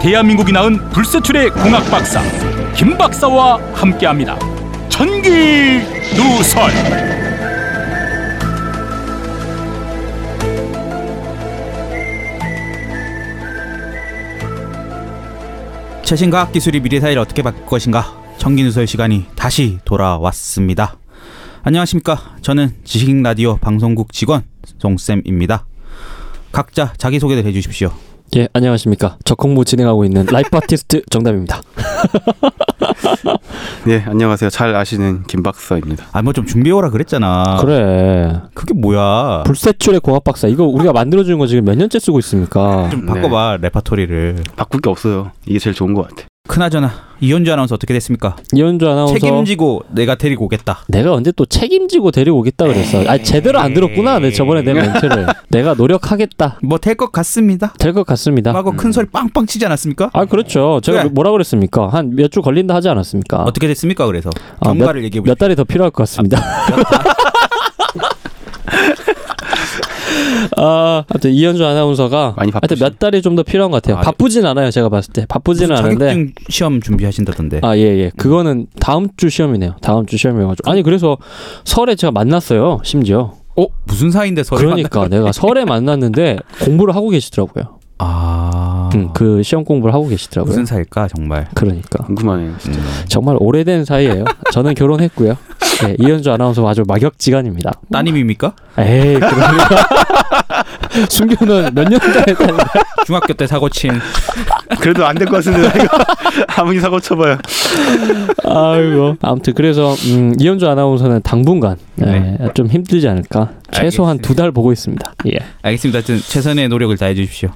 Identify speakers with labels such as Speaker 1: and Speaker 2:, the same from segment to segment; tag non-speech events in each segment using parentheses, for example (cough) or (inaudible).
Speaker 1: 대한민국이 낳은 불세출의 공학 박사 김 박사와 함께합니다. 전기 누설.
Speaker 2: 최신 과학 기술이 미래 사회를 어떻게 바꿀 것인가 청기 누설 시간이 다시 돌아왔습니다. 안녕하십니까? 저는 지식 라디오 방송국 직원 송쌤입니다. 각자 자기 소개를 해주십시오.
Speaker 3: 예, 안녕하십니까. 적홍무 진행하고 있는 라이프 아티스트 (laughs) 정답입니다.
Speaker 4: 네, 안녕하세요. 잘 아시는 김박사입니다.
Speaker 2: 아 뭐 좀 준비해오라 그랬잖아.
Speaker 3: 그래.
Speaker 2: 그게 뭐야?
Speaker 3: 불세출의 공학 박사. 이거 우리가 만들어주는 거 지금 몇 년째 쓰고 있습니까?
Speaker 2: 좀 바꿔봐 레파토리를.
Speaker 4: 바꿀 게 없어요. 이게 제일 좋은 것 같아.
Speaker 2: 크나저나 이현주 아나운서 어떻게 됐습니까?
Speaker 3: 이현주 아나운서.
Speaker 2: 책임지고 내가 데리고 오겠다.
Speaker 3: 내가 언제 또 책임지고 데리고 오겠다 그랬어. 아, 제대로 안 들었구나. 내 저번에 내
Speaker 2: (laughs)
Speaker 3: 멘트를. 내가 노력하겠다.
Speaker 2: 뭐 될 것 같습니다.
Speaker 3: 될 것 같습니다.
Speaker 2: 하고 큰 소리 빵빵 치지 않았습니까?
Speaker 3: 음. 아, 그렇죠. 제가
Speaker 2: 그래.
Speaker 3: 뭐라 그랬습니까? 한 몇 주 걸린다 하지 않았습니까?
Speaker 2: 네. 어떻게 됐습니까? 그래서
Speaker 3: 아, 몇,
Speaker 2: 경과를 얘기해 보십시오.
Speaker 3: 몇 달이 더 필요할 것 같습니다. (laughs) 아, 하여튼 이현주 아나운서가
Speaker 4: 많이
Speaker 3: 하여튼
Speaker 4: 바쁘시네.
Speaker 3: 몇 달이 좀 더 필요한 것 같아요.
Speaker 2: 아,
Speaker 3: 바쁘진 않아요, 제가 봤을 때. 바쁘지는
Speaker 2: 무슨
Speaker 3: 않은데.
Speaker 2: 자격증 시험 준비하신다던데.
Speaker 3: 아, 예, 예. 그거는 다음 주 시험이네요. 다음 주 시험이어가지고. 아니, 그래서 설에 제가 만났어요, 심지어.
Speaker 2: 어 무슨 사이인데 서류
Speaker 3: 그러니까 내가 설에 만났는데 공부를 하고 계시더라고요.
Speaker 2: 아
Speaker 3: 음, 그 시험 공부를 하고 계시더라고요.
Speaker 2: 무슨 사일까 정말.
Speaker 3: 그러니까.
Speaker 4: 궁금하네요. 진짜.
Speaker 3: 정말 오래된 사이예요 저는 결혼했고요. 예, 이현주 아나운서 아주 막역지간입니다.
Speaker 2: (laughs) 따님입니까?
Speaker 3: 에이,
Speaker 2: (laughs)
Speaker 3: 그러면 순교는 몇 년간 했다는
Speaker 2: 중학교 때 사고 친.
Speaker 4: 아, 그래도 안 될 것 같은데 나
Speaker 3: (laughs)
Speaker 4: 이거 아무리 사고 쳐봐요.
Speaker 3: 아이고. 아무튼 그래서 음, 이현주 아나운서는 당분간
Speaker 2: 네.
Speaker 3: 예, 좀 힘들지 않을까. 최소한
Speaker 2: 알겠습니다.
Speaker 3: 두 달 보고 있습니다. 예.
Speaker 2: 알겠습니다. 하여튼 최선의 노력을 다해 주십시오.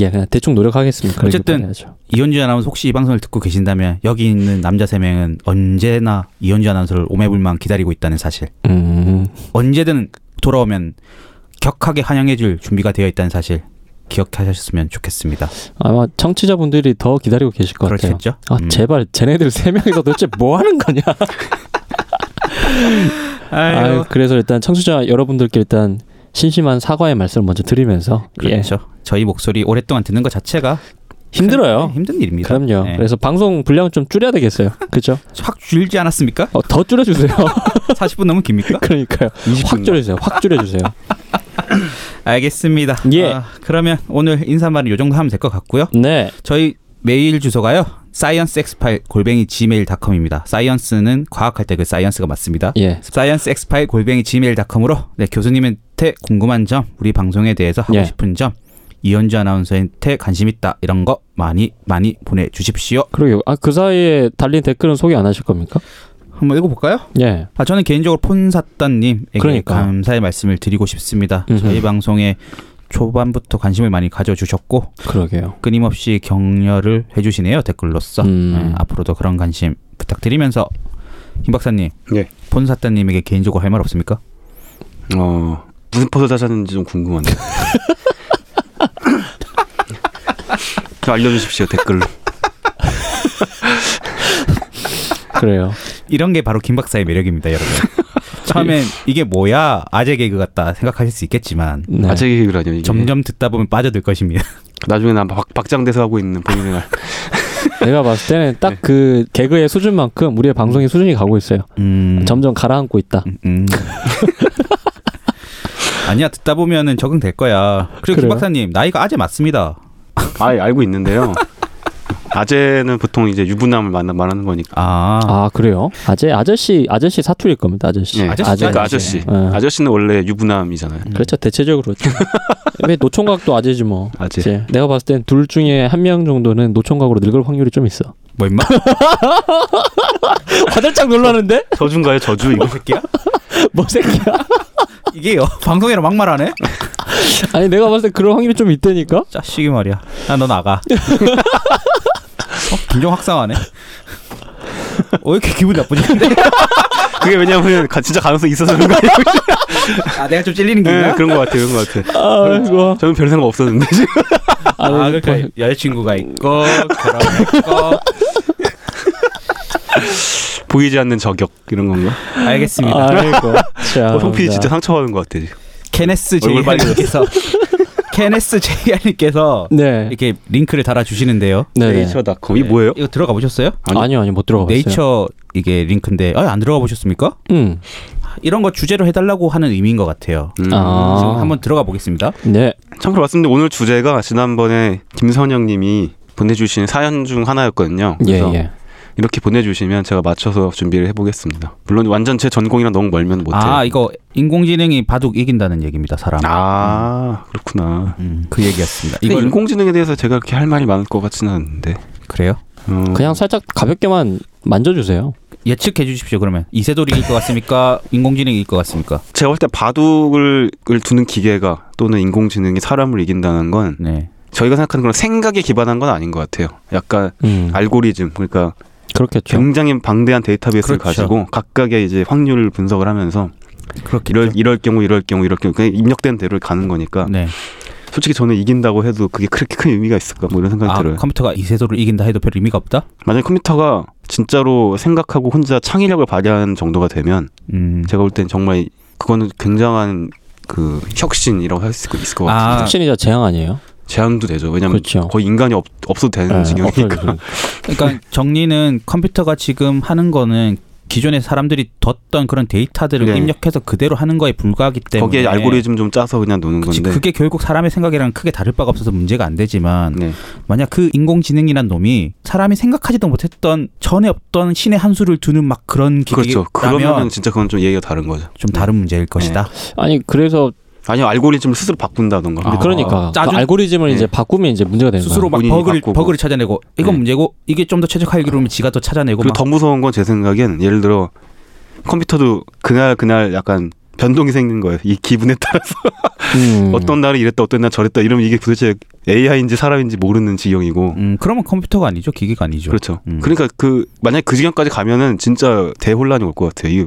Speaker 3: 예, 그냥 대충 노력하겠습니다. 그러길
Speaker 2: 어쨌든
Speaker 3: 바라야죠.
Speaker 2: 이현주 아나운서 혹시 이 방송을 듣고 계신다면 여기 있는 남자 세 명은 언제나 이현주 아나운서를 오매불망 기다리고 있다는 사실.
Speaker 3: 음,
Speaker 2: 언제든 돌아오면 격하게 환영해 줄 준비가 되어 있다는 사실. 기억하셨으면 좋겠습니다.
Speaker 3: 아마 청취자분들이 더 기다리고 계실 것 같아요.
Speaker 2: 그렇겠죠?
Speaker 3: 아,
Speaker 2: 음.
Speaker 3: 제발 쟤네들 세 명이서 도대체 뭐 하는 거냐?
Speaker 2: (laughs) 아유,
Speaker 3: 아, 그래서 일단 청취자 여러분들께 일단 심심한 사과의 말씀을 먼저 드리면서 예.
Speaker 2: 그렇죠. 저희 목소리 오랫동안 듣는 것 자체가
Speaker 3: 힘들어요.
Speaker 2: 큰- 힘든 일입니다.
Speaker 3: 그럼요.
Speaker 2: 네.
Speaker 3: 그래서 방송 분량 좀 줄여야 되겠어요. 그죠?
Speaker 2: 확 줄지
Speaker 3: (laughs)
Speaker 2: 않았습니까?
Speaker 3: 어, 더 줄여주세요.
Speaker 2: 40분 넘으면 깁니까?
Speaker 3: 그러니까요.
Speaker 4: 20분.
Speaker 3: 확 줄여주세요.
Speaker 2: (laughs)
Speaker 3: 확 줄여주세요.
Speaker 2: 알겠습니다.
Speaker 3: 예.
Speaker 2: 아, 그러면 오늘 인사말은 요 정도 하면 될 것 같고요.
Speaker 3: 네.
Speaker 2: 저희 메일 주소가요. sciencex8 골뱅이 gmail.com입니다. science는 과학할 때 그 science가 맞습니다.
Speaker 3: 예.
Speaker 2: sciencex8 골뱅이 gmail.com으로 네, 교수님한테 궁금한 점, 우리 방송에 대해서 하고
Speaker 3: 예.
Speaker 2: 싶은 점, 이현주 아나운서한테 관심 있다 이런 거 많이 많이 보내주십시오.
Speaker 3: 그러게요. 아, 그 사이에 달린 댓글은 소개 안 하실 겁니까?
Speaker 2: 한번 읽어볼까요?
Speaker 3: 예.
Speaker 2: 아, 저는 개인적으로 폰사따님에게
Speaker 3: 그러니까.
Speaker 2: 감사의 말씀을 드리고 싶습니다.
Speaker 3: 음흠.
Speaker 2: 저희 방송에 초반부터 관심을 많이 가져주셨고
Speaker 3: 그러게요.
Speaker 2: 끊임없이 격려를 해주시네요 댓글로써
Speaker 3: 음.
Speaker 2: 네, 앞으로도 그런 관심 부탁드리면서 김 박사님,
Speaker 4: 예.
Speaker 2: 폰사따님에게 개인적으로 할 말 없습니까?
Speaker 4: 어 무슨 포도 찾았는지 좀 궁금한데.
Speaker 3: (laughs)
Speaker 4: 좀 알려주십시오 댓글로.
Speaker 3: 그래요.
Speaker 2: 이런 게 바로 김 박사의 매력입니다,
Speaker 3: (laughs)
Speaker 2: 여러분. 처음엔 이게 뭐야 아재 개그 같다 생각하실 수 있겠지만
Speaker 3: 네.
Speaker 4: 아재 개그라뇨 이게.
Speaker 2: 점점 듣다 보면 빠져들 것입니다.
Speaker 3: (laughs)
Speaker 4: 나중에 난 박, 박장대소 하고 있는 본인 생활.
Speaker 3: 내가 봤을 때는 딱 그 개그의 수준만큼 우리의 방송의 수준이 가고 있어요.
Speaker 2: 음,
Speaker 3: 점점 가라앉고 있다.
Speaker 2: 음, 음.
Speaker 3: (laughs)
Speaker 2: 아니야 듣다 보면은 적응될 거야. 그리고 김
Speaker 3: 그래요?
Speaker 2: 박사님 나이가 아재 맞습니다.
Speaker 4: 아예 알고 있는데요. 아재는 보통 이제 유부남을 만나 말하는 거니까.
Speaker 2: 아,
Speaker 3: 아, 그래요? 아재, 아저씨, 아저씨 사투리일 겁니다, 아저씨.
Speaker 4: 예.
Speaker 2: 아저씨죠,
Speaker 3: 아재.
Speaker 4: 그러니까
Speaker 2: 아저씨.
Speaker 4: 아저씨.
Speaker 3: 어.
Speaker 4: 아저씨는 원래 유부남이잖아요.
Speaker 3: 그렇죠 대체적으로 왜 노총각도 아재지 뭐
Speaker 4: 아재.
Speaker 3: 이제 내가 봤을 땐 둘 중에 한 명 정도는 노총각으로 늙을 확률이 좀 있어
Speaker 2: 뭐 임마?
Speaker 3: (laughs) 화들짝 놀라는데
Speaker 4: 저주인가요 저주 이거?
Speaker 2: 이 새끼야?
Speaker 3: (laughs) 뭐 새끼야
Speaker 2: 이게요? 방송이라 막말하네?
Speaker 3: 아니 내가 봤을 때 그럴 확률이 좀 있다니까
Speaker 2: 짜식이 말이야. 야, 너
Speaker 3: (laughs)
Speaker 2: 나가. 어? 긴장 확상하네. 어, 왜 이렇게 기분
Speaker 3: (laughs)
Speaker 2: 나쁘지? 근데?
Speaker 4: 그게 왜냐면 가- 진짜 가능성이 있어서 그런 거 아니에요?
Speaker 2: 아, 내가 좀
Speaker 3: 네.
Speaker 2: 찔리는 게
Speaker 4: 예,
Speaker 2: 있나?
Speaker 4: 그런 것 같아요 그런 것 같아요.
Speaker 3: 아이고
Speaker 4: 저는 별 생각 없었는데 지금
Speaker 3: 아,
Speaker 2: 아, 그러니까 여자친구가 있고 결혼했고.
Speaker 4: (laughs) (laughs) 보이지 않는 저격 이런 건가?
Speaker 3: 음.
Speaker 2: 알겠습니다.
Speaker 3: (laughs) 아이고 참
Speaker 4: 어, 송피 진짜 상처받은 것 같아 지금.
Speaker 2: 케네스
Speaker 4: 얼굴
Speaker 2: 제이님께서 케네스 JR님께서
Speaker 3: 네.
Speaker 2: 이렇게 링크를 달아주시는데요.
Speaker 3: 네. 네.
Speaker 4: 어, 네이처닷컴이 뭐예요?
Speaker 2: 이거 들어가 보셨어요?
Speaker 4: 아니-
Speaker 3: 아니요, 아니요. 못 들어봤어요.
Speaker 2: 네이처 이게 링크인데 아, 안 들어가 보셨습니까?
Speaker 3: 음.
Speaker 2: 이런 거 주제로 해달라고 하는 의미인 것 같아요.
Speaker 4: 음.
Speaker 3: 아.
Speaker 2: 지금 한번 들어가 보겠습니다.
Speaker 3: 네.
Speaker 4: 참고로 말씀드린 오늘 주제가 지난번에 김선영님이 보내주신 사연 중 하나였거든요.
Speaker 3: 예,
Speaker 4: 그래서
Speaker 3: 예.
Speaker 4: 이렇게 보내주시면 제가 맞춰서 준비를 해보겠습니다. 물론 완전 제 전공이랑 너무 멀면 못해요.
Speaker 2: 아 이거 인공지능이 바둑 이긴다는 얘기입니다, 사람.
Speaker 4: 아, 그렇구나.
Speaker 2: 음, 그 얘기였습니다.
Speaker 4: 근데
Speaker 2: 이거
Speaker 4: 인공지능에 대해서 제가 그렇게 할 말이 많을 것 같지는 않은데.
Speaker 2: 그래요?
Speaker 4: 어,
Speaker 3: 그냥 살짝 가볍게만 만져 주세요.
Speaker 2: 예측해 주십시오. 그러면 이세돌이일 것 같습니까? 인공지능일 것 같습니까?
Speaker 4: 제가 볼 때 바둑을 을 두는 기계가 또는 인공지능이 사람을 이긴다는 건
Speaker 2: 네.
Speaker 4: 저희가 생각하는 그런 생각에 기반한 건 아닌 것 같아요. 약간
Speaker 3: 음.
Speaker 4: 알고리즘 그러니까
Speaker 3: 그렇겠죠.
Speaker 4: 굉장히 방대한 데이터베이스를
Speaker 2: 그렇죠.
Speaker 4: 가지고 각각의 이제 확률을 분석을 하면서
Speaker 2: 그렇게
Speaker 4: 이럴 이럴 경우 이럴 경우 이럴 경우 그냥 입력된 대로 가는 거니까
Speaker 2: 네.
Speaker 4: 솔직히 저는 이긴다고 해도 그게 그렇게 큰 의미가 있을까 뭐 이런 생각이
Speaker 2: 아,
Speaker 4: 들어요.
Speaker 2: 컴퓨터가 이세돌을 이긴다 해도 별 의미가 없다?
Speaker 4: 만약에 컴퓨터가 진짜로 생각하고 혼자 창의력을 발휘하는 정도가 되면
Speaker 2: 음.
Speaker 4: 제가 볼 땐 정말 그거는 굉장한 그 혁신이라고 할 수 있을 것 같아요.
Speaker 2: 아,
Speaker 3: 혁신이자 재앙 아니에요?
Speaker 4: 제한도 되죠. 왜냐면
Speaker 3: 그렇죠.
Speaker 4: 거의 인간이 없, 없어도 되는
Speaker 3: 예,
Speaker 4: 지경이니까.
Speaker 3: 없어요, 지금.
Speaker 2: 그러니까 정리는 컴퓨터가 지금 하는 거는 기존에 사람들이 뒀던 그런 데이터들을
Speaker 4: 네.
Speaker 2: 입력해서 그대로 하는 거에 불과하기 때문에
Speaker 4: (laughs) 거기에 알고리즘 좀 짜서 그냥 노는
Speaker 2: 그치,
Speaker 4: 건데.
Speaker 2: 그게 결국 사람의 생각이랑 크게 다를 바가 없어서 문제가 안 되지만
Speaker 4: 네.
Speaker 2: 만약 그 인공지능이란 놈이 사람이 생각하지도 못했던 전에 없던 신의 한 수를 두는 막 그런
Speaker 4: 그렇죠.
Speaker 2: 기계라면
Speaker 4: 그러면은 진짜 그건 좀 얘기가 다른 거죠.
Speaker 2: 좀 다른 문제일 것이다.
Speaker 3: 아니, 그래서
Speaker 4: 아니요 알고리즘을 스스로 바꾼다던가.
Speaker 2: 아,
Speaker 3: 그러니까 그
Speaker 2: 짜준-
Speaker 3: 알고리즘을
Speaker 4: 네.
Speaker 3: 이제 바꾸면 이제 문제가 되는
Speaker 2: 스스로
Speaker 3: 거예요.
Speaker 2: 막
Speaker 4: 본인이
Speaker 2: 버그를
Speaker 4: 바꾸고.
Speaker 2: 버그를 찾아내고 이건
Speaker 4: 네. 그렇죠.
Speaker 2: 문제고 이게 좀 더 최적화하기로 하면 지가 더 찾아내고
Speaker 4: 그리고
Speaker 2: 막
Speaker 4: 더 무서운 건 제 생각엔 예를 들어 컴퓨터도 그날 그날 약간 변동이 생긴 거예요. 이 기분에 따라서
Speaker 3: 음.
Speaker 4: 어떤 날은 이랬다 어떤 날 저랬다 이러면 이게 도대체 AI인지 사람인지 모르는 지경이고
Speaker 2: 음, 그러면 컴퓨터가 아니죠. 기계가 아니죠.
Speaker 4: 그렇죠.
Speaker 2: 음.
Speaker 4: 그러니까 그 만약에 그 지경까지 가면은 진짜 대혼란이 올 것 같아요. 이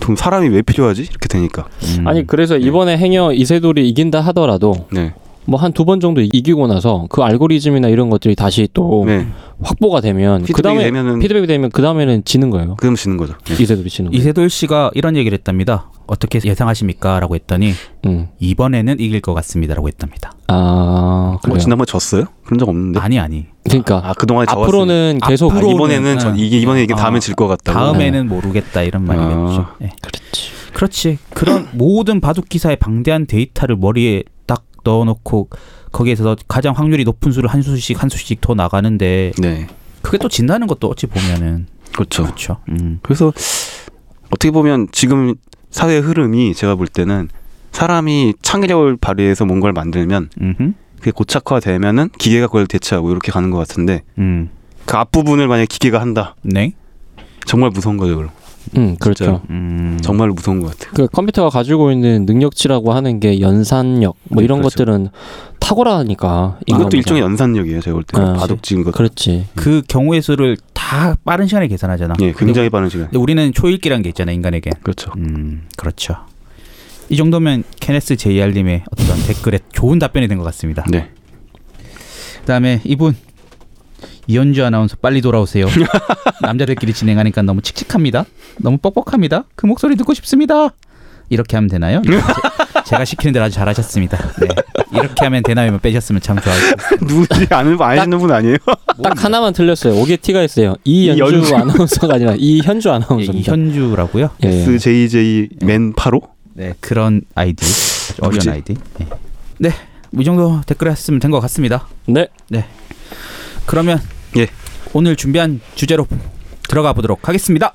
Speaker 4: 돈 사람이 왜 필요하지? 이렇게 되니까.
Speaker 2: 음.
Speaker 3: 아니 그래서
Speaker 4: 예.
Speaker 3: 이번에 행여 이세돌이 이긴다 하더라도
Speaker 4: 네.
Speaker 3: 뭐 한 두 번 정도 이기고 나서 그 알고리즘이나 이런 것들이 다시 또
Speaker 4: 네.
Speaker 3: 확보가 되면
Speaker 4: 피드백이
Speaker 3: 그다음에
Speaker 4: 되면은
Speaker 3: 피드백이 되면 그 다음에는 지는 거예요.
Speaker 4: 그럼 지는 거죠. 네.
Speaker 3: 이세돌이 지는 거예요.
Speaker 2: 이세돌 씨가 이런 얘기를 했답니다. 어떻게 예상하십니까라고 했더니
Speaker 3: 음.
Speaker 2: 이번에는 이길 것 같습니다라고 했답니다.
Speaker 3: 아
Speaker 4: 어,
Speaker 3: 그래요.
Speaker 4: 지난번에 졌어요? 그런 적 없는데.
Speaker 2: 아니 아니.
Speaker 3: 그러니까
Speaker 4: 아, 그동안에 졌으니까.
Speaker 3: 앞으로는 계속
Speaker 2: 앞으로-
Speaker 4: 아, 이번에는 전 이게 이번에 이게
Speaker 2: 아.
Speaker 4: 다음에 질 것 같다고.
Speaker 2: 다음에는 모르겠다 이런 말이겠죠.
Speaker 4: 아.
Speaker 2: 예.
Speaker 3: 그렇지.
Speaker 2: 그렇지.
Speaker 4: (coughs)
Speaker 2: 그런 모든 바둑 기사의 방대한 데이터를 머리에 딱 넣어놓고 거기에서 가장 확률이 높은 수를 한 수씩 한 수씩 더 나가는데
Speaker 4: 네.
Speaker 2: 그게 또 진다는 것도 어찌 보면은
Speaker 4: 그렇죠.
Speaker 2: 그렇죠. 음.
Speaker 4: 그래서 어떻게 보면 지금 사회의 흐름이 제가 볼 때는 사람이 창의력을 발휘해서 뭔가를 만들면
Speaker 2: 음흠.
Speaker 4: 그게 고착화되면은 기계가 그걸 대체하고 이렇게 가는 것 같은데
Speaker 2: 음.
Speaker 4: 그 앞부분을 만약에 기계가 한다
Speaker 2: 네.
Speaker 4: 정말 무서운 거죠 그럼
Speaker 3: 음 그렇죠.
Speaker 4: 진짜요?
Speaker 2: 음.
Speaker 4: 정말 무서운 것 같아요
Speaker 3: 그 컴퓨터가 가지고 있는 능력치라고 하는 게 연산력 뭐
Speaker 4: 네,
Speaker 3: 이런
Speaker 4: 그렇죠.
Speaker 3: 것들은 탁월하니까
Speaker 4: 이것도
Speaker 3: 인간보다.
Speaker 4: 일종의 연산력이에요 제가 볼 때
Speaker 3: 아,
Speaker 4: 바둑 지금 것
Speaker 3: 그렇지.
Speaker 2: 그 경우의 수를 다 빠른 시간에 계산하잖아.
Speaker 4: 예 굉장히 빠른 시간
Speaker 2: 근데 우리는 초읽기라는 게 있잖아요 인간에게.
Speaker 4: 그렇죠 (laughs)
Speaker 2: 음 그렇죠. 이 정도면 케네스 JR님의 어떤 댓글에 좋은 답변이 된 것 같습니다.
Speaker 4: 네
Speaker 2: 그다음에 이분 이현주 아나운서 빨리 돌아오세요. 남자들끼리 진행하니까 너무 칙칙합니다. 너무 뻑뻑합니다. 그 목소리 듣고 싶습니다. 이렇게 하면 되나요? 제, 제가 시키는 대로 아주 잘하셨습니다. 네. 이렇게 하면 되나요? 빼셨으면 참 좋아요.
Speaker 4: 누구지 아는 분 아시는 분 아니에요
Speaker 3: 딱 하나만 틀렸어요. 오게 티가 있어요. 이연주
Speaker 4: 이연주.
Speaker 3: 아나운서가 아니라 이현주 아나운서입니다.
Speaker 2: 이현주라고요.
Speaker 3: 예, 예.
Speaker 4: 그 SJJ 맨 8호
Speaker 2: 네 그런 아이디 아주
Speaker 4: 누구지?
Speaker 2: 어려운 아이디. 네. 네, 이 정도 댓글 했으면 된 것 같습니다.
Speaker 3: 네.
Speaker 2: 그러면
Speaker 4: 예.
Speaker 2: 오늘 준비한 주제로 들어가 보도록 하겠습니다.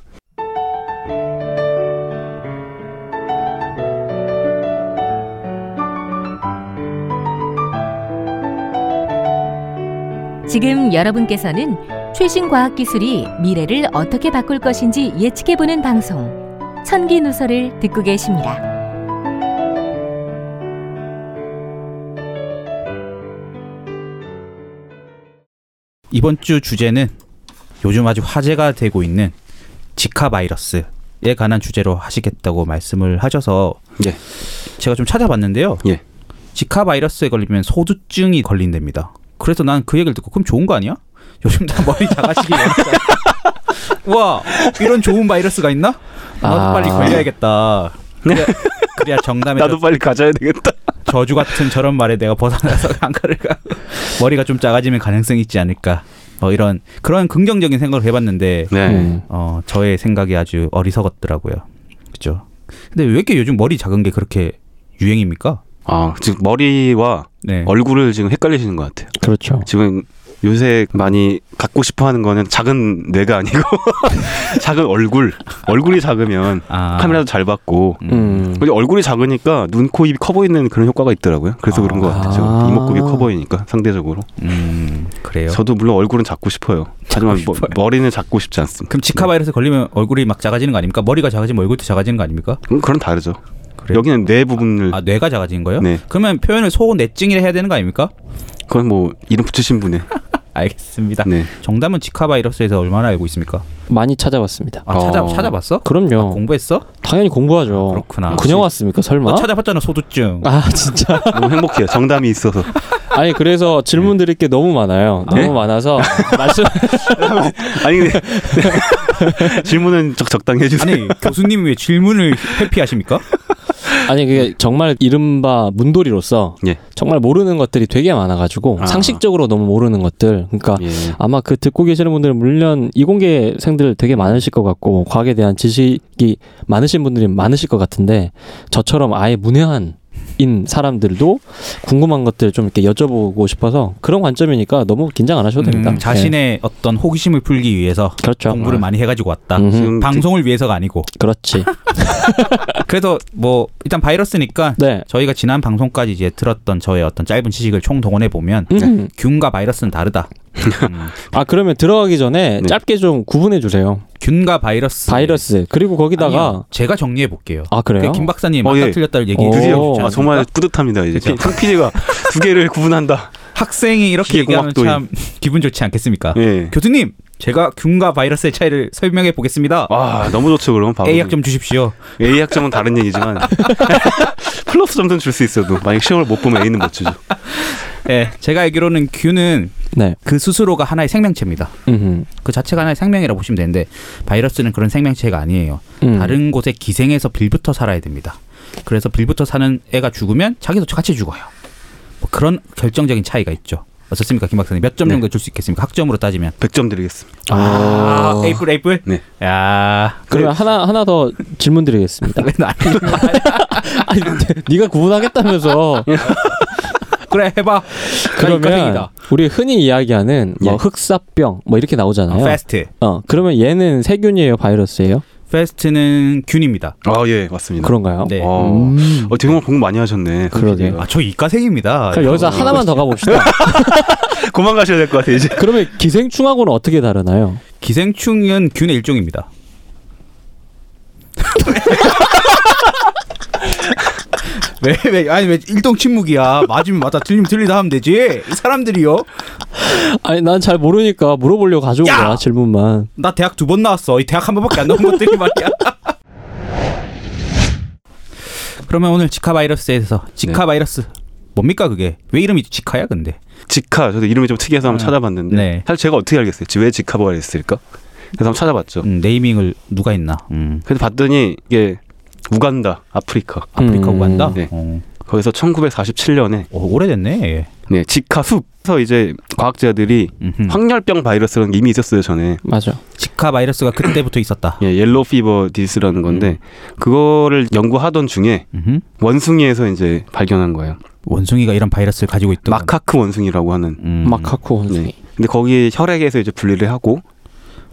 Speaker 5: 지금 여러분께서는 최신 과학 기술이 미래를 어떻게 바꿀 것인지 예측해 보는 방송 천기 누설을 듣고 계십니다.
Speaker 2: 이번 주 주제는 요즘 아주 화제가 되고 있는 지카 바이러스에 관한 주제로 하시겠다고 말씀을 하셔서
Speaker 4: 예.
Speaker 2: 제가 좀 찾아봤는데요.
Speaker 4: 예.
Speaker 2: 지카 바이러스에 걸리면 소두증이 걸린답니다. 그래서 난 그 얘기를 듣고 그럼 좋은 거 아니야? 요즘 다 (laughs) 머리 작아지기 위해서 와 이런 좋은 바이러스가 있나? 나도
Speaker 3: 아.
Speaker 2: 빨리 걸려야겠다. 그래야, 그래야 정남에
Speaker 4: 나도 빨리 가져야 되겠다
Speaker 2: 저주 같은 저런 말에 내가 벗어나서 (laughs) 강가를 가 머리가 좀 작아지면 가능성이 있지 않을까 뭐 이런 그런 긍정적인 생각을 해봤는데
Speaker 4: 네.
Speaker 3: 음.
Speaker 2: 어 저의 생각이 아주 어리석었더라고요 그죠 근데 왜 이렇게 요즘 머리 작은 게 그렇게 유행입니까
Speaker 4: 아 지금 머리와
Speaker 2: 네
Speaker 4: 얼굴을 지금 헷갈리시는 것 같아요.
Speaker 3: 그렇죠.
Speaker 4: 지금 요새 많이 갖고 싶어하는 거는 작은 뇌가 아니고 (laughs) 작은 얼굴. 얼굴이 작으면
Speaker 2: 아,
Speaker 4: 카메라도 잘 받고.
Speaker 3: 음.
Speaker 4: 근데 얼굴이 작으니까 눈, 코, 입이 커 보이는 그런 효과가 있더라고요. 그래서 그런 것 같아요.
Speaker 3: 아.
Speaker 4: 지금 이목구비 커 보이니까 상대적으로.
Speaker 2: 음 그래요
Speaker 4: 저도 물론 얼굴은 작고 싶어요. 하지만 머-
Speaker 2: 싶어요.
Speaker 4: 머리는 작고 싶지 않습니다.
Speaker 2: 그럼 지카
Speaker 4: 네.
Speaker 2: 바이러스 걸리면 얼굴이 막 작아지는 거 아닙니까 머리가 작아지면 얼굴도 작아지는 거 아닙니까
Speaker 4: 음, 그건 다르죠.
Speaker 2: 그래요?
Speaker 4: 여기는 뇌 부분을
Speaker 2: 아 뇌가 작아지는 거예요
Speaker 4: 네.
Speaker 2: 그러면 표현을 소내증이라 해야 되는 거 아닙니까
Speaker 4: 그건 뭐 이름 붙이신 분의
Speaker 2: 알겠습니다
Speaker 4: 네.
Speaker 2: 정답은 지카 바이러스에서 얼마나 알고 있습니까
Speaker 3: 많이 찾아봤습니다.
Speaker 2: 아 찾아
Speaker 4: 어.
Speaker 2: 찾아봤어
Speaker 3: 그럼요.
Speaker 2: 공부했어
Speaker 3: 당연히 공부하죠.
Speaker 2: 그렇구나.
Speaker 3: 그냥 왔습니까? 설마?
Speaker 2: 너 찾아봤잖아 소두증
Speaker 3: 어? 아 진짜.
Speaker 4: 너무 행복해요. 정답이 있어서.
Speaker 3: 아니 그래서 질문 드릴 게 너무 많아요.
Speaker 4: 네?
Speaker 3: 너무 많아서 (laughs) 말씀
Speaker 4: 아니 근데 질문은 적, 적당히 해주세요.
Speaker 2: 아니 교수님이 왜 질문을 회피하십니까?
Speaker 3: 아니 그게 정말 이른바 문돌이로서
Speaker 4: 예.
Speaker 3: 정말 모르는 것들이 되게 많아가지고
Speaker 4: 아.
Speaker 3: 상식적으로 너무 모르는 것들 그러니까
Speaker 4: 예.
Speaker 3: 아마 그 듣고 계시는 분들은 물론 이공계생들 되게 많으실 것 같고 과학에 대한 지식이 많으신 분들이 많으실 것 같은데 저처럼 아예 문외한 인 사람들도 궁금한 것들 좀 이렇게 여쭤보고 싶어서 그런 관점이니까 너무 긴장 안 하셔도 됩니다.
Speaker 2: 음, 자신의 어떤 호기심을 풀기 위해서
Speaker 3: 네. 그렇죠.
Speaker 2: 공부를 많이 해가지고 왔다.
Speaker 3: 음,
Speaker 4: 지금
Speaker 2: 방송을 위해서가 아니고. (laughs)
Speaker 3: 그렇지.
Speaker 2: 그래서 뭐 일단 바이러스니까
Speaker 3: 네.
Speaker 2: 저희가 지난 방송까지 이제 들었던 저의 어떤 짧은 지식을 총 동원해 보면
Speaker 4: 네.
Speaker 3: 음.
Speaker 2: 균과 바이러스는 다르다. 음,
Speaker 3: 아 그러면 들어가기 전에
Speaker 4: 네.
Speaker 3: 짧게 좀 구분해 주세요.
Speaker 2: 균과 바이러스.
Speaker 3: 바이러스 그리고 거기다가
Speaker 2: 아니요, 제가 정리해 볼게요.
Speaker 3: 아 그래요?
Speaker 2: 김 박사님
Speaker 4: 어,
Speaker 2: 아까
Speaker 4: 예.
Speaker 2: 틀렸다를
Speaker 3: 어,
Speaker 2: 얘기해
Speaker 3: 드디어.
Speaker 2: 주셨죠.
Speaker 4: 아, 정말 뿌듯합니다. 이제
Speaker 2: 그쵸?
Speaker 4: 송 PD가 두 개를 구분한다.
Speaker 2: 학생이 이렇게 얘기하면
Speaker 4: 기계공학도인.
Speaker 2: 참 기분 좋지 않겠습니까?
Speaker 4: 예.
Speaker 2: 교수님, 제가 균과 바이러스의 차이를 설명해 보겠습니다.
Speaker 4: 와 아, 너무 좋죠 그럼 바로
Speaker 2: A 학점 주십시오.
Speaker 4: A 학점은 다른 얘기지만 플러스 점수는 줄 수 있어도 만약 시험을 못 보면 A는 못 주죠.
Speaker 2: 예, 제가 알기로는 균은
Speaker 3: 네.
Speaker 2: 그 스스로가 하나의 생명체입니다.
Speaker 3: 음.
Speaker 2: 그 자체가 하나의 생명이라고 보시면 되는데 바이러스는 그런 생명체가 아니에요.
Speaker 3: 음.
Speaker 2: 다른 곳에 기생해서 빌부터 살아야 됩니다. 그래서 빌부터 사는 애가 죽으면 자기도 같이 죽어요. 뭐 그런 결정적인 차이가 있죠. 어떻습니까, 김 박사님? 몇 점
Speaker 4: 네.
Speaker 2: 정도 줄 수 있겠습니까? 학점으로 따지면.
Speaker 4: 100점 드리겠습니다.
Speaker 2: 아, 에이플 에이플.
Speaker 4: 네.
Speaker 2: 야,
Speaker 3: 그러면 하나 하나 더 질문 드리겠습니다.
Speaker 2: 왜 나?
Speaker 3: 아니, 근데 (laughs) 아, 네가 (laughs) 구분하겠다면서
Speaker 2: 그래, 해봐.
Speaker 3: 그러면 우리 흔히 이야기하는 뭐
Speaker 4: 예.
Speaker 3: 흑사병 뭐 이렇게 나오잖아요.
Speaker 2: 페스트.
Speaker 3: 어 그러면 얘는 세균이에요, 바이러스예요?
Speaker 2: 페스트는 균입니다.
Speaker 4: 아 예 맞습니다.
Speaker 3: 그런가요?
Speaker 2: 네.
Speaker 4: 어,
Speaker 3: 음.
Speaker 4: 어, 정말 공부 많이 하셨네. 송
Speaker 3: 그러게.
Speaker 4: PD가.
Speaker 2: 아, 저 이과생입니다.
Speaker 3: 그럼 그러니까 여기서
Speaker 2: 여러분.
Speaker 3: 하나만 더 가봅시다. (laughs)
Speaker 4: 그만 가셔야 될 것 같아요 이제.
Speaker 3: 그러면 기생충하고는 어떻게 다르나요?
Speaker 2: 기생충은 균의 일종입니다. (laughs) 왜, 왜, 아니, 왜 일동 침묵이야. 맞으면 맞다, 틀리면 틀리다 하면 되지. 이 사람들이요.
Speaker 3: 아니 난 잘 모르니까 물어보려고 가져온
Speaker 2: 야!
Speaker 3: 거야 음. 질문만.
Speaker 2: 나 대학 두 번 나왔어. 이 대학 한 번밖에 안 나온 것들이 말이야. (laughs) 그러면 오늘 지카 바이러스에 대해서 지카
Speaker 4: 네.
Speaker 2: 바이러스 뭡니까 그게 왜 이름이 지카야 근데
Speaker 4: 지카 저도 이름이 좀 특이해서 한번
Speaker 2: 음.
Speaker 4: 찾아봤는데
Speaker 2: 네.
Speaker 4: 사실 제가 어떻게 알겠어요 지- 왜 지카버가 됐을까 그래서 한번 찾아봤죠
Speaker 2: 음, 네이밍을 누가 했나 음,
Speaker 4: 그래서 봤더니 이게 우간다 아프리카
Speaker 2: 아프리카
Speaker 3: 음,
Speaker 2: 우간다
Speaker 4: 네.
Speaker 2: 어,
Speaker 4: 거기서 1947년에
Speaker 2: 오, 오래됐네 예.
Speaker 4: 네 지카 숲에서 이제 과학자들이
Speaker 2: 음흠.
Speaker 4: 황열병 바이러스라는 게 이미 있었어요 전에
Speaker 3: 맞아.
Speaker 2: 지카 바이러스가 그때부터 있었다
Speaker 4: 예, 옐로우 피버 디스라는 건데 그거를 연구하던 중에
Speaker 2: 음흠.
Speaker 4: 원숭이에서 이제 발견한 거예요
Speaker 2: 원숭이가 이런 바이러스를 가지고 있던
Speaker 4: 마카크 원숭이라고 하는
Speaker 2: 음.
Speaker 3: 마카코 원숭이.
Speaker 4: 근데 거기 혈액에서 이제 분리를 하고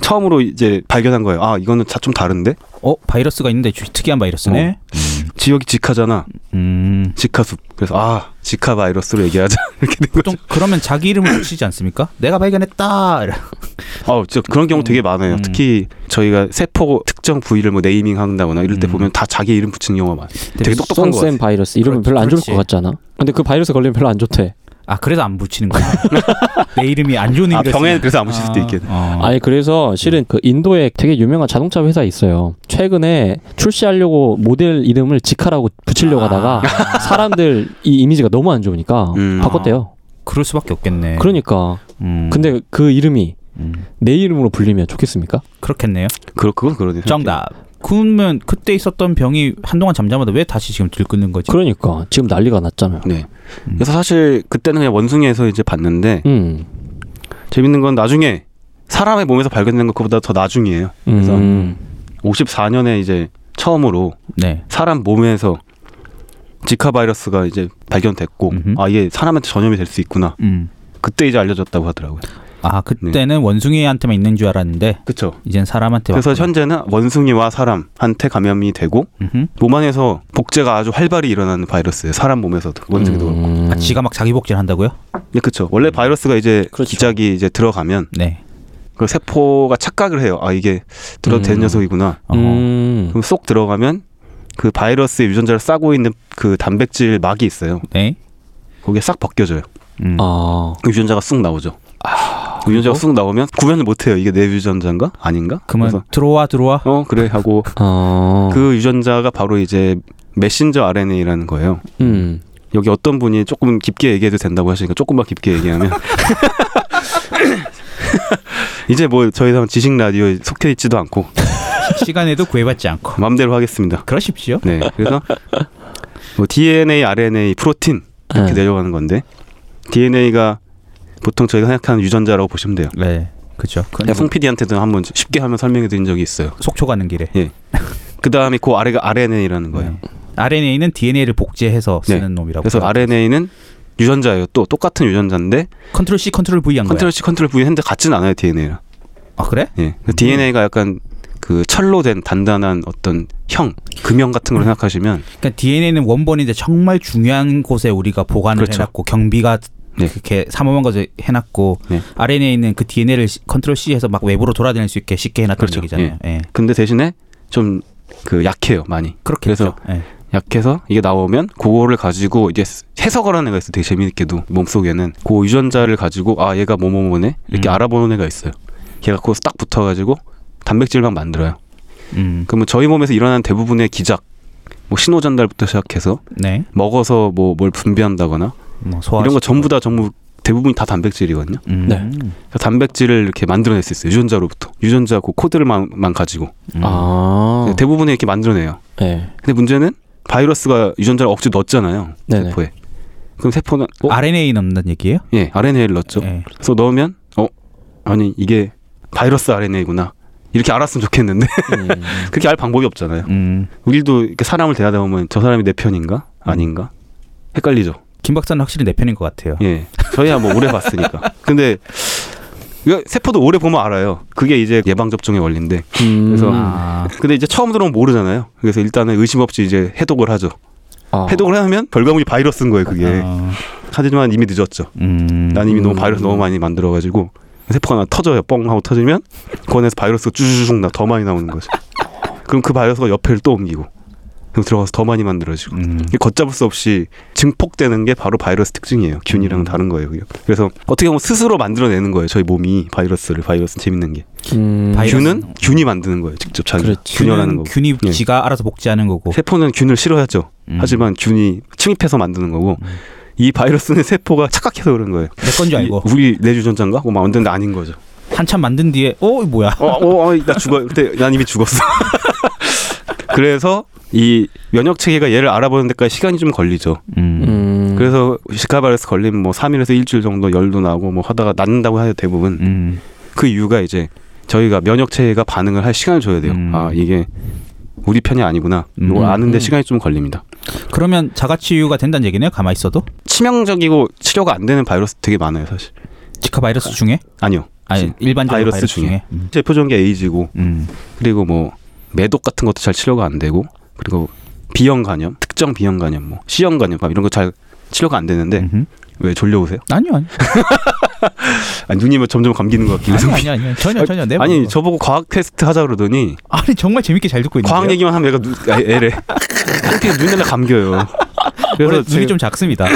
Speaker 4: 처음으로 이제 발견한 거예요 아 이거는 자- 좀 다른데
Speaker 2: 어 바이러스가 있는데 주- 특이한 바이러스네.
Speaker 4: 어. 지역이 지카잖아
Speaker 2: 음.
Speaker 4: 지카숲. 그래서 아 지카 바이러스로 얘기하자 이렇게 된 거죠.
Speaker 2: 보통 그러면 자기 이름을 붙이지 않습니까? 내가 발견했다. 이래.
Speaker 4: 아, 진짜 그런 경우 되게 많아요.
Speaker 2: 음.
Speaker 4: 특히 저희가 세포 특정 부위를 뭐 네이밍한다거나 이럴 때
Speaker 2: 음.
Speaker 4: 보면 다 자기 이름 붙이는 경우가 많아요. 되게 똑똑한 거
Speaker 3: 송쌤
Speaker 4: 같아요.
Speaker 3: 바이러스 이름은
Speaker 2: 그렇-
Speaker 3: 별로 안 좋을 것
Speaker 2: 그렇지.
Speaker 3: 같잖아. 근데 그 바이러스 걸리면 별로 안 좋대.
Speaker 2: 아 그래서 안 붙이는 거야. (laughs) 내 이름이 안 좋은
Speaker 4: 아,
Speaker 2: 의미로
Speaker 4: 병에
Speaker 2: 쓰면-
Speaker 4: 그래서 안 붙일
Speaker 2: 아,
Speaker 4: 수도 있겠네.
Speaker 2: 어.
Speaker 3: 아니 그래서
Speaker 4: 음.
Speaker 3: 실은 그 인도에 되게 유명한 자동차 회사 있어요. 최근에 출시하려고 모델 이름을 지카라고 붙이려고
Speaker 2: 아.
Speaker 3: 하다가
Speaker 4: (laughs)
Speaker 3: 사람들 이 이미지가 너무 안 좋으니까
Speaker 4: 음.
Speaker 3: 바꿨대요.
Speaker 2: 그럴 수밖에 없겠네.
Speaker 3: 그러니까
Speaker 2: 음.
Speaker 3: 근데 그 이름이
Speaker 2: 음.
Speaker 3: 내 이름으로 불리면 좋겠습니까?
Speaker 2: 그렇겠네요.
Speaker 4: 그렇 그건 그러네요. 음.
Speaker 2: 정답. 그러면 그때 있었던 병이 한동안 잠잠하다 왜 다시 지금 들끓는 거지?
Speaker 3: 그러니까 지금 난리가 났잖아요.
Speaker 4: 네.
Speaker 2: 음.
Speaker 4: 그래서 사실 그때는 그냥 원숭이에서 이제 봤는데
Speaker 3: 음.
Speaker 4: 재밌는 건 나중에 사람의 몸에서 발견된 것보다 더 나중이에요. 그래서
Speaker 3: 음.
Speaker 4: 54년에 이제 처음으로
Speaker 2: 네.
Speaker 4: 사람 몸에서 지카 바이러스가 이제 발견됐고
Speaker 2: 음흠.
Speaker 4: 아 이게 사람한테 전염이 될 수 있구나.
Speaker 2: 음.
Speaker 4: 그때 이제 알려졌다고 하더라고요.
Speaker 2: 아 그때는 원숭이한테만 있는 줄 알았는데
Speaker 4: 그렇죠.
Speaker 2: 이젠 사람한테
Speaker 4: 네. 그래서
Speaker 2: 왔구나.
Speaker 4: 현재는 원숭이와 사람한테 감염이 되고
Speaker 2: 음흠.
Speaker 4: 몸 안에서 복제가 아주 활발히 일어나는 바이러스예요. 사람 몸에서도 원숭이도 그렇고.
Speaker 3: 음.
Speaker 2: 아, 지가 막 자기 복제를 한다고요?
Speaker 4: 네, 그렇죠. 원래 바이러스가 이제
Speaker 3: 그렇죠.
Speaker 4: 기작이 이제 들어가면
Speaker 2: 네.
Speaker 4: 그 세포가 착각을 해요. 아 이게 들어도 되는
Speaker 3: 음.
Speaker 4: 녀석이구나.
Speaker 2: 어.
Speaker 3: 음.
Speaker 4: 그럼 쏙 들어가면 그 바이러스의 유전자를 싸고 있는 그 단백질 막이 있어요.
Speaker 2: 네.
Speaker 4: 거기에 싹 벗겨져요.
Speaker 2: 음.
Speaker 3: 아.
Speaker 4: 그 유전자가 쑥 나오죠. 그 유전자가 쑥 나오면 구별을 못해요. 이게 내 유전자인가 아닌가?
Speaker 2: 그만
Speaker 4: 래서
Speaker 2: 들어와 들어와.
Speaker 4: 어 그래 하고
Speaker 3: 어.
Speaker 4: 그 유전자가 바로 이제 메신저 RNA라는 거예요.
Speaker 3: 음.
Speaker 4: 여기 어떤 분이 조금 깊게 얘기해도 된다고 하시니까 조금만 깊게 얘기하면 (laughs) 이제 뭐 저희 사람 지식 라디오에 속해 있지도 않고
Speaker 2: 시간에도 구애받지 않고.
Speaker 4: 마음대로 하겠습니다.
Speaker 2: 그러십시오.
Speaker 4: 네, 그래서 뭐 DNA, RNA, 프로틴 이렇게
Speaker 3: 네.
Speaker 4: 내려가는 건데 DNA가 보통 저희가 생각하는 유전자라고 보시면 돼요.
Speaker 2: 네. 그렇죠. 그건
Speaker 4: 내가 송 PD한테도 한번 쉽게 하면 설명해 드린 적이 있어요.
Speaker 2: 속초 가는 길에.
Speaker 4: 그 다음에 그 아래가 RNA라는 거예요.
Speaker 2: 네. RNA는 DNA를 복제해서 쓰는 놈이라고.
Speaker 4: 네. 그래서
Speaker 2: 그래요.
Speaker 4: RNA는 유전자예요. 또 똑같은 유전자인데
Speaker 2: 컨트롤 C 컨트롤 V 한 거야.
Speaker 4: 컨트롤 C, 컨트롤 V 했는데 같진 않아요 DNA랑.
Speaker 2: 아 그래?
Speaker 4: 예, DNA가 약간 그 철로 된 단단한 어떤 형, 금형 같은 걸 생각하시면
Speaker 2: 그러니까 DNA는 원본인데 정말 중요한 곳에 우리가 보관을
Speaker 4: 그렇죠.
Speaker 2: 해놨고 경비가
Speaker 4: 네.
Speaker 2: 그렇게 삼엄한 것에 해놨고
Speaker 4: 네.
Speaker 2: RNA는 그 DNA를 컨트롤 C해서 막 외부로 돌아다닐 수 있게 쉽게 해놨던
Speaker 4: 그렇죠.
Speaker 2: 얘기잖아요. 예.
Speaker 4: 근데 대신에 좀 그 약해요 많이.
Speaker 2: 그렇게
Speaker 4: 그래서
Speaker 2: 예.
Speaker 4: 약해서 이게 나오면 그거를 가지고 이제 해석을 하는 애가 있어요. 되게 재미있게도 몸속에는 그 유전자를 가지고 아 얘가 뭐뭐뭐네 이렇게
Speaker 2: 음.
Speaker 4: 알아보는 애가 있어요. 걔가 거기서 딱 붙어가지고 단백질만 만들어요.
Speaker 2: 음.
Speaker 4: 그러면 저희 몸에서 일어나는 대부분의 기작, 뭐 신호 전달부터 시작해서
Speaker 2: 네.
Speaker 4: 먹어서 뭐 뭘 분비한다거나
Speaker 2: 뭐 소화
Speaker 4: 이런 거 전부 다 전부 대부분이 다 단백질이거든요.
Speaker 2: 음.
Speaker 3: 네.
Speaker 4: 그래서 그러니까 단백질을 이렇게 만들어낼 수 있어요. 유전자로부터 유전자 그 코드를만 만 가지고
Speaker 2: 음.
Speaker 3: 아.
Speaker 4: 그 대부분이 그 이렇게 만들어내요.
Speaker 3: 네.
Speaker 4: 근데 문제는 바이러스가 유전자를 억지로 넣었잖아요.
Speaker 3: 네네.
Speaker 4: 세포에. 그럼 세포는 어?
Speaker 2: RNA 넣는다는 얘기예요?
Speaker 4: 예, RNA를 넣었죠.
Speaker 2: 예.
Speaker 4: 그래서 넣으면 어 아니 이게 바이러스 RNA구나 이렇게 알았으면 좋겠는데 (laughs)
Speaker 3: 음.
Speaker 4: 그렇게 알 방법이 없잖아요.
Speaker 2: 음.
Speaker 4: 우리도 이렇게 사람을 대하다 보면 저 사람이 내 편인가 아닌가 헷갈리죠.
Speaker 2: 김 박사는 확실히 내 편인 것 같아요.
Speaker 4: 예, 저희야 뭐 오래 봤으니까. 근데 이거 세포도 오래 보면 알아요. 그게 이제 예방 접종의 원리인데. 그래서
Speaker 3: 음.
Speaker 2: 아.
Speaker 4: 근데 이제 처음 들어오면 모르잖아요. 그래서 일단은 의심 없이 이제 해독을 하죠.
Speaker 3: 아.
Speaker 4: 해독을 하면 결과물이 바이러스인 거예요. 그게
Speaker 2: 어.
Speaker 4: 하지만 이미 늦었죠.
Speaker 2: 음.
Speaker 4: 난 이미 너무
Speaker 3: 음.
Speaker 4: 바이러스 너무 많이 만들어가지고 세포가 나 터져요. 뻥 하고 터지면 그 안에서 바이러스가 쭈쭈쭈 나더 많이 나오는 거죠. 그럼 그 바이러스가 옆에를 또 옮기고 그럼 들어가서 더 많이 만들어지고
Speaker 2: 음.
Speaker 4: 이게 걷잡을 수 없이 증폭되는 게 바로 바이러스 특징이에요. 균이랑 은 다른 거예요. 그게. 그래서 어떻게 보면 스스로 만들어내는 거예요. 저희 몸이 바이러스를 바이러스 는 재밌는 게
Speaker 3: 음.
Speaker 2: 바이러스. 그렇죠.
Speaker 4: 균은 균이 만드는 거예요. 직접 자기 가
Speaker 3: 그렇지.
Speaker 4: 균열하는 거고
Speaker 2: 균이
Speaker 4: 예.
Speaker 2: 지가 알아서 복제하는 거고.
Speaker 4: 세포는 균을 싫어하죠.
Speaker 2: 음.
Speaker 4: 하지만 균이 침입해서 만드는 거고 이 바이러스는 (laughs) 세포가 착각해서 음. 그런 거예요.
Speaker 2: 내 건 줄 알고
Speaker 4: 그러니까 이- 우리 내 주전자인가? 뭐 만드는데 아닌 거죠.
Speaker 2: 한참 만든 뒤에 어 이거 뭐야?
Speaker 4: 어, 어, 어, 나 죽어. 근데 난 이미 죽었어. (laughs) 그래서 이 면역 체계가 얘를 알아보는 데까지 시간이 좀 걸리죠.
Speaker 2: 음.
Speaker 3: 음.
Speaker 4: 그래서 시카 바이러스 걸리면 뭐 3일에서 일주일 정도 열도 나고 뭐 하다가 낫는다고 해요 대부분.
Speaker 2: 음.
Speaker 4: 그 이유가 이제 저희가 면역 체계가 반응을 할 시간을 줘야 돼요.
Speaker 2: 음.
Speaker 4: 아, 이게 우리 편이 아니구나.
Speaker 2: 음.
Speaker 4: 이걸 아는데
Speaker 3: 음.
Speaker 4: 시간이 좀 걸립니다.
Speaker 2: 그러면 자가치유가 된다는 얘기네요. 가만 히 있어도
Speaker 4: 치명적이고 치료가 안 되는 바이러스 되게 많아요, 사실.
Speaker 2: 지카 바이러스 중에
Speaker 4: 아니요.
Speaker 2: 아니 일반적으로
Speaker 4: 바이러스
Speaker 2: 바이러스, 중에.
Speaker 4: 중에.
Speaker 2: 음.
Speaker 4: 대표적인 게 에이즈고
Speaker 2: 음.
Speaker 4: 그리고 뭐 매독 같은 것도 잘 치료가 안 되고 그리고 비형 간염, 특정 비형 간염, 뭐 C형 간염 막 이런 거 잘 치료가 안 되는데
Speaker 2: 음흠.
Speaker 4: 왜 졸려오세요?
Speaker 2: 아니요 아니요
Speaker 4: 아, (laughs) 눈이 뭐 점점 감기는 것 같긴 해서.
Speaker 2: 아니요 네, 뭐 아니요, 아니요. 전혀 전혀 내
Speaker 4: 아니
Speaker 2: 머리로.
Speaker 4: 저보고 과학 테스트 하자 그러더니
Speaker 2: 아니 정말 재밌게 잘 듣고 있는데
Speaker 4: 과학 얘기만 하면 얘가 눈, 아, 애래 이렇게 눈에다 감겨요.
Speaker 2: 원래
Speaker 4: 그래서
Speaker 2: 눈이
Speaker 4: 제가-
Speaker 2: 좀 작습니다.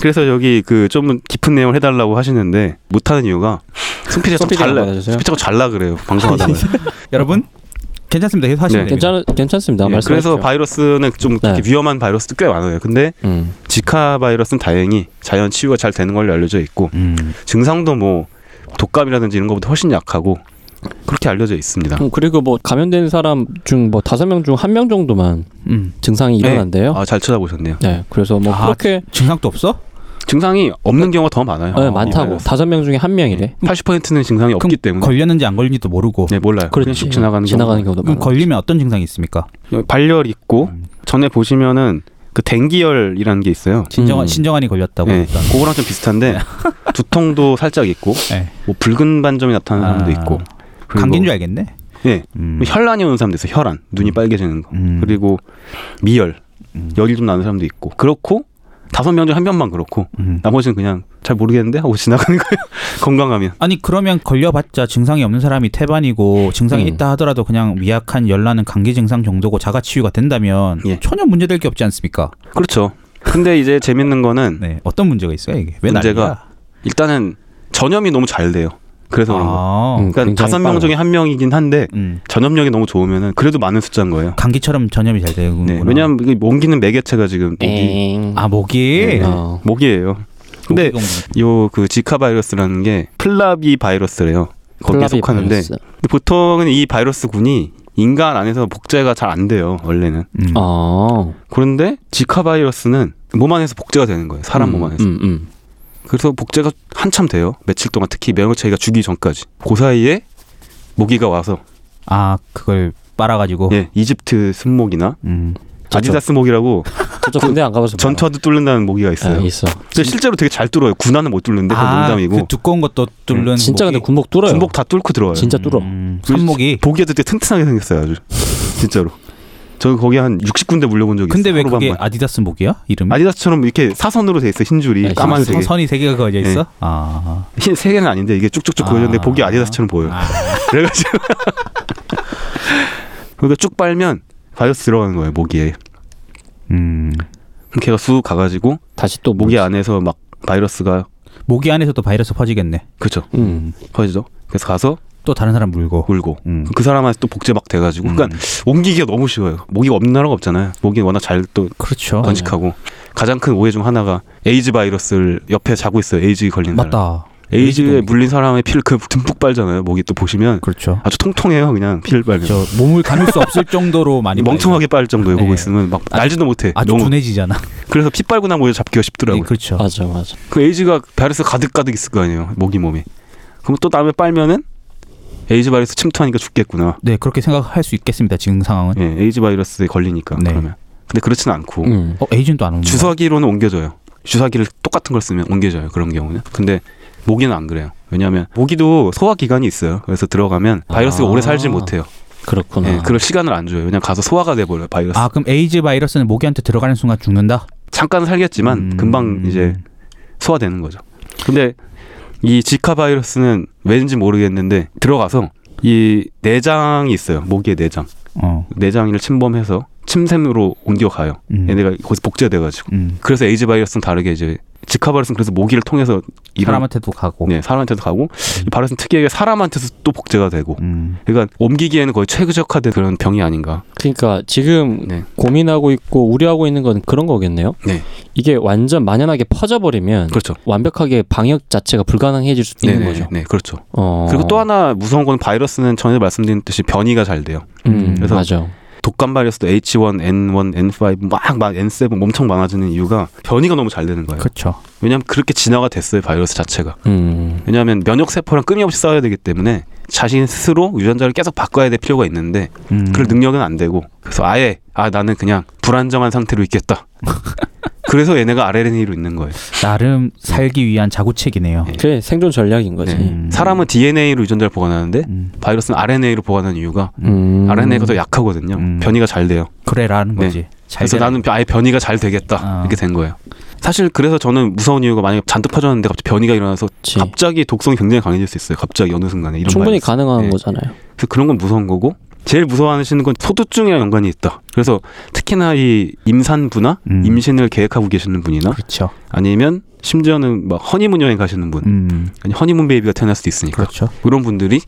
Speaker 4: 그래서 여기 그 좀 깊은 내용을 해달라고 하시는데 못하는 이유가 승피디가 좀
Speaker 3: 손피디랑
Speaker 4: 잘라
Speaker 3: 받아주세요.
Speaker 4: 승피디가 잘라 그래요 방송하다가
Speaker 2: (laughs) 여러분 괜찮습니다. 계속 하시면
Speaker 4: 네.
Speaker 2: 됩니다.
Speaker 3: 괜찮 괜찮습니다.
Speaker 4: 예,
Speaker 3: 말씀.
Speaker 4: 그래서 바이러스는 좀 그렇게
Speaker 3: 네.
Speaker 4: 위험한 바이러스도 꽤 많아요 근데
Speaker 3: 음.
Speaker 4: 지카 바이러스는 다행히 자연 치유가 잘 되는 걸로 알려져 있고
Speaker 2: 음.
Speaker 4: 증상도 뭐 독감이라든지 이런 것보다 훨씬 약하고 그렇게 알려져 있습니다.
Speaker 3: 음, 그리고 뭐 감염된 사람 중 뭐 다섯 명 중 한 명 정도만
Speaker 2: 음.
Speaker 3: 증상이
Speaker 4: 네.
Speaker 3: 일어난대요.
Speaker 4: 아, 잘 찾아보셨네요.
Speaker 3: 네, 그래서 뭐
Speaker 2: 아,
Speaker 3: 그렇게
Speaker 2: 증상도 없어?
Speaker 4: 증상이 없는 경우가 더 많아요.
Speaker 3: 네,
Speaker 4: 예.
Speaker 3: 많다고 네. 다섯 명 중에 한 명이래.
Speaker 4: 음. 80%는 증상이 없기 때문에
Speaker 2: 걸렸는지 안 걸린지도 모르고.
Speaker 4: 네, 몰라요. 그냥 쑥 지나가는
Speaker 3: 지나가는 경우도
Speaker 2: 그럼
Speaker 3: 많아.
Speaker 2: 걸리면 어떤 증상이 있습니까?
Speaker 4: 경우. 발열 있고 전에 보시면은 그 dengue열이라는 게 있어요.
Speaker 2: 신정환
Speaker 3: 음.
Speaker 2: 신정환이 걸렸다고
Speaker 4: 네,
Speaker 2: 일단.
Speaker 4: 그거랑 좀 비슷한데 두통도 살짝 있고
Speaker 2: 네.
Speaker 4: 뭐 붉은 반점이 나타나는
Speaker 2: 아.
Speaker 4: 사람도 있고 그리고
Speaker 2: 감기인 줄 알겠네.
Speaker 4: 예.
Speaker 2: 음.
Speaker 4: 뭐 혈란이 오는 사람도 있어요. 혈안 눈이 빨개지는 거
Speaker 2: 음.
Speaker 4: 그리고 미열
Speaker 2: 음.
Speaker 4: 열이 좀 나는 사람도 있고 그렇고 다섯 명 중 한 명만 그렇고
Speaker 2: 음.
Speaker 4: 나머지는 그냥 잘 모르겠는데 하고 지나가는 거예요. (laughs) 건강하면.
Speaker 2: 아니 그러면 걸려봤자 증상이 없는 사람이 태반이고 증상이
Speaker 3: 음.
Speaker 2: 있다 하더라도 그냥 미약한 열나는 감기 증상 정도고 자가 치유가 된다면
Speaker 4: 예.
Speaker 2: 전혀 문제될 게 없지 않습니까?
Speaker 4: 그렇죠. 근데 이제 재밌는 거는
Speaker 2: 네 어떤 문제가 있어요 이게 왜
Speaker 4: 문제가
Speaker 2: 난리야?
Speaker 4: 일단은 전염이 너무 잘 돼요. 그래서 그런 거.
Speaker 2: 아,
Speaker 3: 음.
Speaker 4: 그러니까
Speaker 3: 굉장히
Speaker 4: 다섯 명
Speaker 3: 빨라.
Speaker 4: 중에 한 명이긴 한데
Speaker 2: 음.
Speaker 4: 전염력이 너무 좋으면은 그래도 많은 숫자인 거예요.
Speaker 2: 감기처럼 전염이 잘 되는구나.
Speaker 4: 네. 왜냐하면 이게 옮기는 매개체가 지금 모기,
Speaker 3: 엥.
Speaker 2: 아 모기.
Speaker 4: 네.
Speaker 3: 어.
Speaker 4: 모기예요. 근데
Speaker 2: 모기가
Speaker 4: 요 그 지카 바이러스라는 게 플라비 바이러스래요. 거기에
Speaker 3: 플라비
Speaker 4: 속하는데 음.
Speaker 3: 바이러스.
Speaker 4: 근데 보통은 이 바이러스군이 인간 안에서 복제가 잘 안 돼요 원래는.
Speaker 2: 음.
Speaker 3: 아.
Speaker 4: 그런데 지카 바이러스는 몸 안에서 복제가 되는 거예요. 사람 몸
Speaker 3: 음,
Speaker 4: 안에서.
Speaker 3: 음, 음.
Speaker 4: 그래서 복제가 한참 돼요. 며칠 동안 특히 면역체가 죽기 전까지. 그 사이에 모기가 와서
Speaker 2: 아 그걸
Speaker 3: 어.
Speaker 2: 빨아가지고.
Speaker 4: 예, 이집트 순목이나
Speaker 2: 음.
Speaker 3: 저, 저,
Speaker 4: 아디다스 목이라고
Speaker 3: 저 군대 안 가봐서 몰라.
Speaker 4: 전투하듯 뚫는다는 모기가 있어요.
Speaker 3: 아, 있어.
Speaker 4: 근데 실제로 되게 잘 뚫어요. 군화는 못 뚫는데 그건 농담이고
Speaker 2: 그 두꺼운 것도 뚫는.
Speaker 3: 음, 진짜
Speaker 2: 모기.
Speaker 3: 근데 군복 뚫어요.
Speaker 4: 군복 다 뚫고 들어와요.
Speaker 3: 진짜 뚫어.
Speaker 2: 음, 산모기.
Speaker 4: 보기에도 되게 튼튼하게 생겼어요, 아주. (laughs) 진짜로. 저는 거기 한 60군데 물려본 적이
Speaker 2: 근데
Speaker 4: 있어요.
Speaker 2: 왜
Speaker 4: 하루
Speaker 2: 그게
Speaker 4: 반만.
Speaker 2: 아디다스 목이야? 이름이?
Speaker 4: 음? 아디다스처럼 이렇게 사선으로 돼 있어 흰 줄이
Speaker 3: 네,
Speaker 4: 까만색에
Speaker 2: 선이 세 개가 그어져
Speaker 4: 예.
Speaker 2: 있어? 아.
Speaker 4: 흰세 개는 아닌데 이게 쭉쭉쭉
Speaker 2: 아.
Speaker 4: 그려졌는데 보기 아디다스처럼 보여요.
Speaker 2: 아.
Speaker 4: (laughs) 그래가지고 그러니까 쭉 빨면 바이러스 들어가는 거예요 모기에.
Speaker 2: 음.
Speaker 4: 그럼 걔가 쑥 가가지고
Speaker 3: 다시 또
Speaker 4: 모기 안에서 막 바이러스가
Speaker 2: 모기 안에서도 바이러스 퍼지겠네.
Speaker 4: 그죠
Speaker 3: 음.
Speaker 4: 퍼지죠. 그래서 가서
Speaker 2: 또 다른 사람 물고.
Speaker 4: 울고
Speaker 2: 음.
Speaker 4: 그 사람한테 또 복제 막 돼가지고 그러니까 옮기기가 너무 쉬워요. 모기가 없는 나라가 없잖아요. 모기 워낙 잘 또
Speaker 2: 그렇죠.
Speaker 4: 번식하고 가장 큰 오해 중 하나가 에이즈 바이러스를 옆에 자고 있어요. 에이즈 걸린 사람.
Speaker 2: 맞다.
Speaker 4: 에이즈에
Speaker 2: 에이즈도
Speaker 4: 물린 사람의 피를 그 듬뿍 빨잖아요. 모기 또 보시면
Speaker 2: 그렇죠.
Speaker 4: 아주 통통해요. 그냥 피를 빨면
Speaker 2: 저 몸을 가눌 수 없을 정도로 많이
Speaker 4: (laughs) 멍청하게 빨 정도에
Speaker 2: 네.
Speaker 4: 보고 있으면 막 날지도 못해.
Speaker 2: 아주
Speaker 4: 너무
Speaker 2: 둔해지잖아.
Speaker 4: 그래서 피 빨고 나면 오히려 잡기가 쉽더라고요.
Speaker 2: 네, 그렇죠.
Speaker 3: 맞아, 맞아.
Speaker 4: 그 에이즈가 바이러스 가득 가득 있을 거 아니에요. 모기 몸에. 그럼 또 남에 빨면은 에이즈 바이러스 침투하니까 죽겠구나.
Speaker 2: 네, 그렇게 생각할 수 있겠습니다. 지금 상황은.
Speaker 4: 예, 에이즈 바이러스에 걸리니까
Speaker 2: 네.
Speaker 4: 그러면. 근데 그렇진 않고
Speaker 3: 음.
Speaker 2: 어, 에이즈는 또안 오는 거야.
Speaker 4: 예. 주사기로는 옮겨져요. 주사기를 똑같은 걸 쓰면 옮겨져요. 그런 경우는. 근데 모기는 안 그래요. 왜냐하면 모기도 소화 기간이 있어요. 그래서 들어가면 바이러스가
Speaker 3: 아.
Speaker 4: 오래 살지 못해요.
Speaker 3: 그렇구나.
Speaker 4: 예, 그럴 시간을 안 줘요. 그냥 가서 소화가 돼 버려요. 바이러스.
Speaker 2: 아, 그럼 에이즈 바이러스는 모기한테 들어가는 순간 죽는다?
Speaker 4: 잠깐 살겠지만
Speaker 2: 음.
Speaker 4: 금방 이제 소화되는 거죠. 근데 이 지카 바이러스는 왠지 모르겠는데 들어가서 이 내장이 있어요. 모기의 내장.
Speaker 2: 어.
Speaker 4: 내장을 침범해서 침샘으로 옮겨가요.
Speaker 2: 음.
Speaker 4: 얘네가 거기서 복제돼가지고.
Speaker 2: 음.
Speaker 4: 그래서 에이즈 바이러스는 다르게 이제 지카 바이러스는 그래서 모기를 통해서 이런-
Speaker 2: 사람한테도 가고.
Speaker 4: 네, 사람한테도 가고 이 바이러스는 특이하게 사람한테서 또 복제가 되고.
Speaker 2: 음.
Speaker 4: 그러니까 옮기기에는 거의 최적화된 그런 병이 아닌가.
Speaker 3: 그러니까 지금
Speaker 4: 네.
Speaker 3: 고민하고 있고 우려하고 있는 건 그런 거겠네요.
Speaker 4: 네.
Speaker 3: 이게 완전 만연하게 퍼져버리면
Speaker 4: 그렇죠.
Speaker 3: 완벽하게 방역 자체가 불가능해질 수 있는
Speaker 4: 네네,
Speaker 3: 거죠.
Speaker 4: 네, 그렇죠.
Speaker 3: 어.
Speaker 4: 그리고 또 하나 무서운 건 바이러스는 전에 말씀드린 듯이 변이가 잘 돼요.
Speaker 3: 음,
Speaker 4: 그래서-
Speaker 3: 맞아.
Speaker 4: 독감 바이러스도 H1, N1, N5 막, 막 N7 엄청 많아지는 이유가 변이가 너무 잘 되는 거예요.
Speaker 2: 그렇죠.
Speaker 4: 왜냐하면 그렇게 진화가 됐어요 바이러스 자체가.
Speaker 3: 음.
Speaker 4: 왜냐하면 면역 세포랑 끊임없이 싸워야 되기 때문에 자신 스스로 유전자를 계속 바꿔야 될 필요가 있는데
Speaker 2: 음.
Speaker 4: 그럴 능력은 안 되고 그래서 아예 아 나는 그냥 불안정한 상태로 있겠다. (laughs) 그래서 얘네가 RNA로 있는 거예요.
Speaker 2: 나름 살기 위한 자구책이네요.
Speaker 4: 네.
Speaker 3: 그게 생존 전략인 거지.
Speaker 4: 네. 사람은 DNA로 유전자를 보관하는데
Speaker 2: 음.
Speaker 4: 바이러스는 RNA로 보관하는 이유가
Speaker 3: 음.
Speaker 4: RNA가 더 약하거든요.
Speaker 2: 음.
Speaker 4: 변이가 잘 돼요.
Speaker 2: 그래라는
Speaker 4: 네.
Speaker 2: 거지. 잘
Speaker 4: 그래서
Speaker 2: 되라.
Speaker 4: 나는 아예 변이가 잘 되겠다
Speaker 2: 아.
Speaker 4: 이렇게 된 거예요. 사실 그래서 저는 무서운 이유가 만약에 잔뜩 퍼졌는데 갑자기 변이가 일어나서
Speaker 3: 그치.
Speaker 4: 갑자기 독성이 굉장히 강해질 수 있어요. 갑자기 어느 순간에 이런
Speaker 3: 충분히
Speaker 4: 바이러스.
Speaker 3: 가능한
Speaker 4: 네.
Speaker 3: 거잖아요.
Speaker 4: 그래서 그런 건 무서운 거고 제일 무서워하시는 건 소두증이랑 연관이 있다. 그래서 특히나 이 임산부나
Speaker 2: 음.
Speaker 4: 임신을 계획하고 계시는 분이나
Speaker 2: 그렇죠.
Speaker 4: 아니면 심지어는 막 허니문 여행 가시는 분,
Speaker 2: 음.
Speaker 4: 아니 허니문 베이비가 태어날 수도 있으니까
Speaker 2: 그렇죠.
Speaker 4: 그런 분들이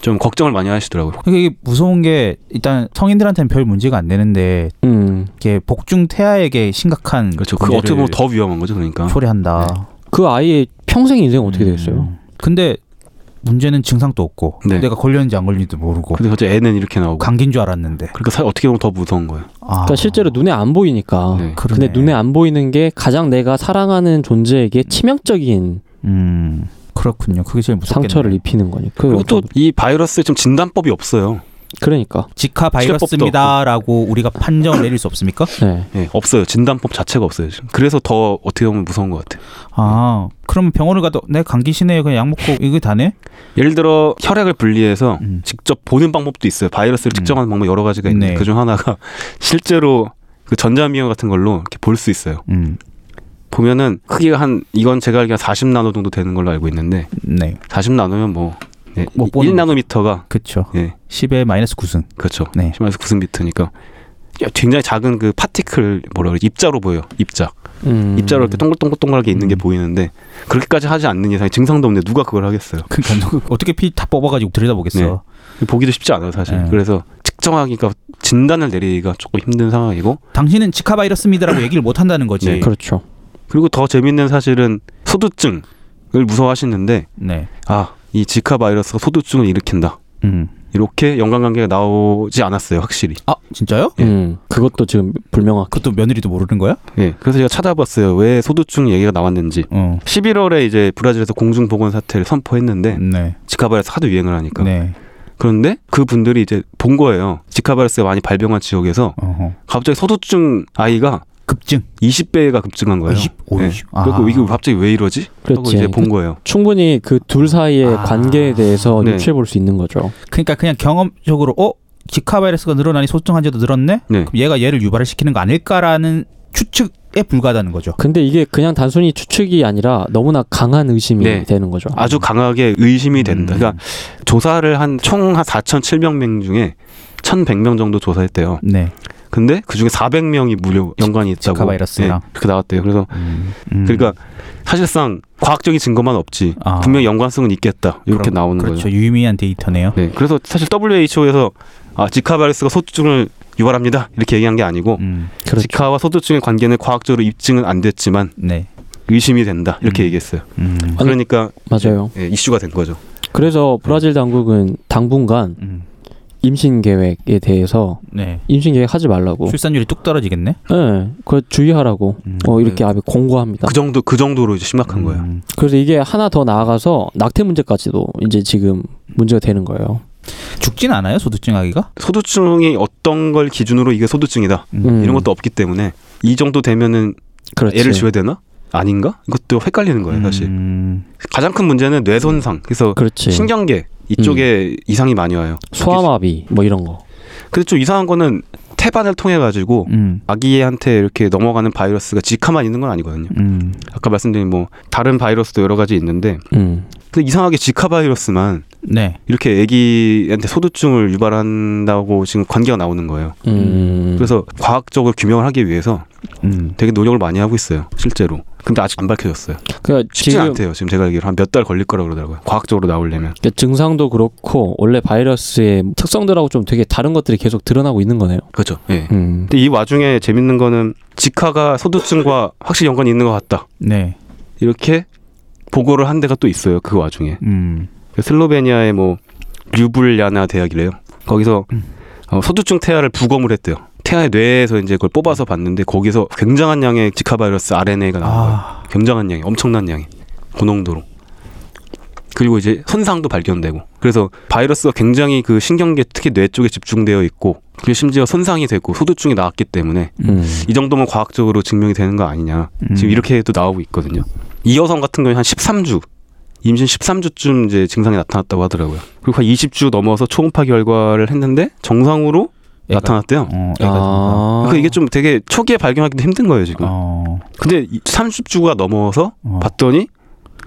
Speaker 4: 좀 걱정을 많이 하시더라고요.
Speaker 2: 이게 무서운 게 일단 성인들한테는 별 문제가 안 되는데
Speaker 3: 음.
Speaker 2: 이게 복중 태아에게 심각한
Speaker 4: 그렇죠. 그
Speaker 2: 문제를
Speaker 4: 어떻게 보면 더 위험한 거죠, 그러니까.
Speaker 2: 초래한다.
Speaker 4: 음.
Speaker 3: 그 아이의 평생 인생 어떻게 되겠어요?
Speaker 2: 음. 근데 문제는 증상도 없고
Speaker 4: 네.
Speaker 2: 내가 걸렸는지 안 걸렸는지도 모르고
Speaker 4: 근데 갑자기 애는 이렇게 나오고.
Speaker 2: 감기인 줄 알았는데.
Speaker 4: 그러니까 사, 어떻게 보면 더 무서운 거예요.
Speaker 2: 아,
Speaker 3: 그러니까 실제로 눈에 안 보이니까.
Speaker 4: 네. 음.
Speaker 2: 그러네.
Speaker 3: 근데 눈에 안 보이는 게 가장 내가 사랑하는 존재에게 치명적인
Speaker 2: 음 그렇군요. 그게 제일 무섭겠네.
Speaker 3: 상처를 입히는 거니까. 그
Speaker 4: 그리고
Speaker 3: 어떤-
Speaker 4: 또 이 바이러스에 좀 진단법이 없어요.
Speaker 3: 그러니까.
Speaker 2: 직화 바이러스입니다라고 우리가 판정을 내릴 수 없습니까?
Speaker 3: 네.
Speaker 4: 예, 없어요. 진단법 자체가 없어요. 지금. 그래서 더 어떻게 보면 무서운 것 같아요.
Speaker 2: 아 그러면 병원을 가도 내 감기시네요. 그냥 약 먹고 이게 다네?
Speaker 4: 예를 들어 혈액을 분리해서
Speaker 2: 음.
Speaker 4: 직접 보는 방법도 있어요. 바이러스를 측정하는 방법 여러 가지가 있는데
Speaker 2: 네.
Speaker 4: 그중 하나가 (laughs) 실제로 그 전자미어 같은 걸로 이렇게 볼 수 있어요.
Speaker 2: 음.
Speaker 4: 보면은 크기가 한 이건 제가 알기로 한40 나노 정도 되는 걸로 알고 있는데
Speaker 2: 네.
Speaker 4: 40 나노면 뭐 네,
Speaker 2: 못 보는
Speaker 4: 1 나노미터가
Speaker 2: 그렇죠.
Speaker 4: 예
Speaker 2: 10에 마이너스 9승.
Speaker 4: 그렇죠.
Speaker 2: 네.
Speaker 4: 심해서 9승미터니까 굉장히 작은 그 파티클 뭐라 그래 입자로 보여 요 입자
Speaker 3: 음.
Speaker 4: 입자로 이렇게 동글동글동글하게 있는 게
Speaker 2: 음.
Speaker 4: 보이는데 그렇게까지 하지 않는 이상 증상도 없는데 누가 그걸 하겠어요?
Speaker 2: 그러니까 누가 어떻게 피 다 뽑아가지고 들여다보겠어.
Speaker 4: 네. 보기도 쉽지 않아요 사실.
Speaker 2: 네.
Speaker 4: 그래서 측정하기가 진단을 내리기가 조금 힘든 상황이고
Speaker 2: 당신은 지카 바이러스입니다라고 얘기를 못 한다는 거지.
Speaker 4: 네,
Speaker 3: 그렇죠.
Speaker 4: 그리고 더 재밌는 사실은 소두증을 무서워하시는데
Speaker 2: 네.
Speaker 4: 아 이 지카 바이러스가 소두증을 일으킨다
Speaker 2: 음.
Speaker 4: 이렇게 연관관계가 나오지 않았어요 확실히.
Speaker 2: 아 진짜요?
Speaker 4: 예.
Speaker 3: 음. 그것도 지금 불명확.
Speaker 2: 그것도 며느리도 모르는 거야?
Speaker 4: 예. 그래서 제가 찾아봤어요 왜 소두증 얘기가 나왔는지.
Speaker 2: 어.
Speaker 4: 11월에 이제 브라질에서 공중 보건 사태를 선포했는데
Speaker 2: 네.
Speaker 4: 지카바이러스 하도 유행을 하니까
Speaker 2: 네.
Speaker 4: 그런데 그 분들이 이제 본 거예요 지카바이러스가 많이 발병한 지역에서
Speaker 2: 어허.
Speaker 4: 갑자기 소두증 아이가
Speaker 2: 급증.
Speaker 4: 20배가 급증한 거예요.
Speaker 2: 20, 오,
Speaker 4: 예.
Speaker 2: 20. 아.
Speaker 4: 그리고 이게 갑자기 왜 이러지? 하고
Speaker 3: 그렇지.
Speaker 4: 이제 본 거예요.
Speaker 3: 충분히 그 둘 사이의
Speaker 2: 아.
Speaker 3: 관계에 대해서
Speaker 4: 네.
Speaker 3: 유추해 볼 수 있는 거죠.
Speaker 2: 그러니까 그냥 경험적으로 어 지카 바이러스가 늘어나니 소증 환자도 늘었네.
Speaker 4: 네.
Speaker 2: 그럼 얘가 얘를 유발을 시키는 거 아닐까라는 추측에 불과하다는 거죠.
Speaker 3: 근데 이게 그냥 단순히 추측이 아니라 너무나 강한 의심이
Speaker 4: 네.
Speaker 3: 되는 거죠.
Speaker 4: 아주 강하게 의심이 된다.
Speaker 2: 음.
Speaker 4: 그러니까 조사를 한 총 한 4,700명 중에 1,100명 정도 조사했대요.
Speaker 2: 네.
Speaker 4: 근데 그 중에 400명이 무료 연관이 있다고
Speaker 2: 지카바이러스랑.
Speaker 4: 예, 그렇게 나왔대요. 그래서
Speaker 2: 음.
Speaker 4: 그러니까 사실상 과학적인 증거만 없지
Speaker 2: 아.
Speaker 4: 분명 연관성은 있겠다 이렇게
Speaker 2: 그럼-
Speaker 4: 나오는
Speaker 2: 그렇죠.
Speaker 4: 거죠.
Speaker 2: 유의미한 데이터네요.
Speaker 4: 네, 그래서 사실 WHO에서 아, 지카바이러스가 소두증을 유발합니다 이렇게 얘기한 게 아니고
Speaker 2: 음.
Speaker 3: 그렇죠.
Speaker 4: 지카와 소두증의 관계는 과학적으로 입증은 안 됐지만
Speaker 2: 네.
Speaker 4: 의심이 된다
Speaker 2: 음.
Speaker 4: 이렇게 얘기했어요.
Speaker 2: 음.
Speaker 3: 아니-
Speaker 4: 그러니까
Speaker 3: 맞아요.
Speaker 4: 예, 이슈가 된 거죠. 네.
Speaker 3: 그래서 브라질 당국은 당분간
Speaker 2: 음.
Speaker 3: 임신 계획에 대해서
Speaker 2: 네.
Speaker 3: 임신 계획 하지
Speaker 4: 어.
Speaker 3: 말라고.
Speaker 2: 출산율이 뚝 떨어지겠네.
Speaker 3: 예. 그 주의하라고.
Speaker 2: 음.
Speaker 3: 어
Speaker 4: 네.
Speaker 3: 이렇게 아예 공고합니다.
Speaker 4: 그 정도 그 정도로 이제 심각한 거예요.
Speaker 2: 음.
Speaker 3: 그래서 이게 하나 더 나아가서 낙태 문제까지도 이제 지금 문제가 되는 거예요.
Speaker 2: 죽진 않아요 소두증 아기가?
Speaker 4: 소두증이 어떤 걸 기준으로 이게 소두증이다
Speaker 3: 음,
Speaker 4: 이런 것도 없기 때문에 이 정도 되면은
Speaker 3: 그렇지.
Speaker 4: 애를 지어야 되나 아닌가 이것도 헷갈리는 거예요 사실.
Speaker 2: 음.
Speaker 4: 가장 큰 문제는 뇌 손상. 그래서
Speaker 3: 그렇지. 음.
Speaker 4: 신경계 이쪽에 이상이 많이 와요.
Speaker 3: 소아마비 뭐 이런 거.
Speaker 4: 근데 좀 이상한 거는 태반을 통해 가지고
Speaker 2: 음.
Speaker 4: 아기한테 이렇게 넘어가는 바이러스가 지카만 있는 건 아니거든요.
Speaker 2: 음.
Speaker 4: 아까 말씀드린 뭐 다른 바이러스도 여러 가지 있는데
Speaker 3: 음.
Speaker 4: 근데 이상하게 지카 바이러스만
Speaker 2: 네.
Speaker 4: 이렇게 아기한테 소두증을 유발한다고 지금 관계가 나오는 거예요.
Speaker 3: 음.
Speaker 4: 그래서 과학적으로 규명을 하기 위해서
Speaker 2: 음.
Speaker 4: 되게 노력을 많이 하고 있어요. 실제로. 근데 아직 안 밝혀졌어요.
Speaker 3: 그러니까
Speaker 4: 쉽지
Speaker 3: 지금
Speaker 4: 않대요. 지금 제가 알기로 한 몇 달 걸릴 거라고 그러더라고요. 과학적으로 나오려면.
Speaker 3: 그러니까 증상도 그렇고 원래 바이러스의 특성들하고 좀 되게 다른 것들이 계속 드러나고 있는 거네요.
Speaker 4: 그렇죠. 예.
Speaker 3: 음.
Speaker 4: 근데 이 와중에 재밌는 거는 지카가 소두증과 확실히 연관이 있는 것 같다.
Speaker 2: 네.
Speaker 4: 이렇게 보고를 한 데가 또 있어요. 그 와중에
Speaker 2: 음.
Speaker 4: 슬로베니아의 뭐 류블야나 대학이래요. 거기서 어, 소두증 태아를 부검을 했대요. 태아의 뇌에서 이제 그걸 뽑아서 봤는데 거기서 굉장한 양의 지카 바이러스 RNA가 나온 거예요.
Speaker 2: 아.
Speaker 4: 굉장한 양이 엄청난 양이 고농도로. 그리고 이제 손상도 발견되고 그래서 바이러스가 굉장히 그 신경계 특히 뇌 쪽에 집중되어 있고 그게 심지어 손상이 되고 소두증이 나왔기 때문에
Speaker 3: 음.
Speaker 4: 이 정도면 과학적으로 증명이 되는 거 아니냐.
Speaker 2: 음.
Speaker 4: 지금 이렇게 또 나오고 있거든요. 이 여성 같은 경우에 한 13주 임신 13주쯤 이제 증상이 나타났다고 하더라고요. 그리고 한 20주 넘어서 초음파 결과를 했는데 정상으로
Speaker 2: 애가-
Speaker 4: 나타났대요.
Speaker 2: 어, 애가
Speaker 3: 아.
Speaker 4: 그러니까 이게 좀 되게 초기에 발견하기도 힘든 거예요
Speaker 2: 좀-
Speaker 4: 지금.
Speaker 2: 어.
Speaker 4: 근데 이 30주가 넘어서
Speaker 2: 어.
Speaker 4: 봤더니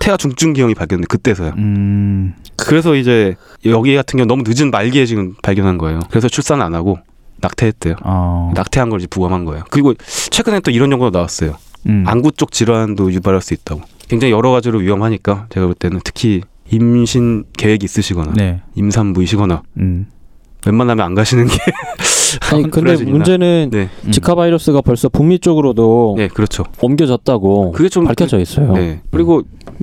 Speaker 4: 태아 중증기형이 발견돼 그때서야.
Speaker 2: 음.
Speaker 4: 그래서 이제 여기 같은 경우 너무 늦은 말기에 지금 발견한 거예요. 그래서 출산 안 하고 낙태했대요.
Speaker 2: 어.
Speaker 4: 낙태한 걸 이제 부검한 거예요. 그리고 최근에 또 이런 연구가 나왔어요.
Speaker 2: 음.
Speaker 4: 안구 쪽 질환도 유발할 수 있다고. 굉장히 여러 가지로 위험하니까 제가 볼 때는 특히 임신 계획이 있으시거나
Speaker 2: 네.
Speaker 4: 임산부이시거나
Speaker 2: 음.
Speaker 4: 웬만하면 안 가시는 게
Speaker 3: (laughs) 아니 근데
Speaker 4: 브라질이나.
Speaker 3: 문제는
Speaker 4: 네,
Speaker 2: 음.
Speaker 3: 지카 바이러스가 벌써 북미 쪽으로도
Speaker 4: 네 그렇죠.
Speaker 3: 옮겨졌다고
Speaker 4: 그게 좀
Speaker 3: 밝혀져 있어요. 음. 뭐-
Speaker 4: 네. 그리고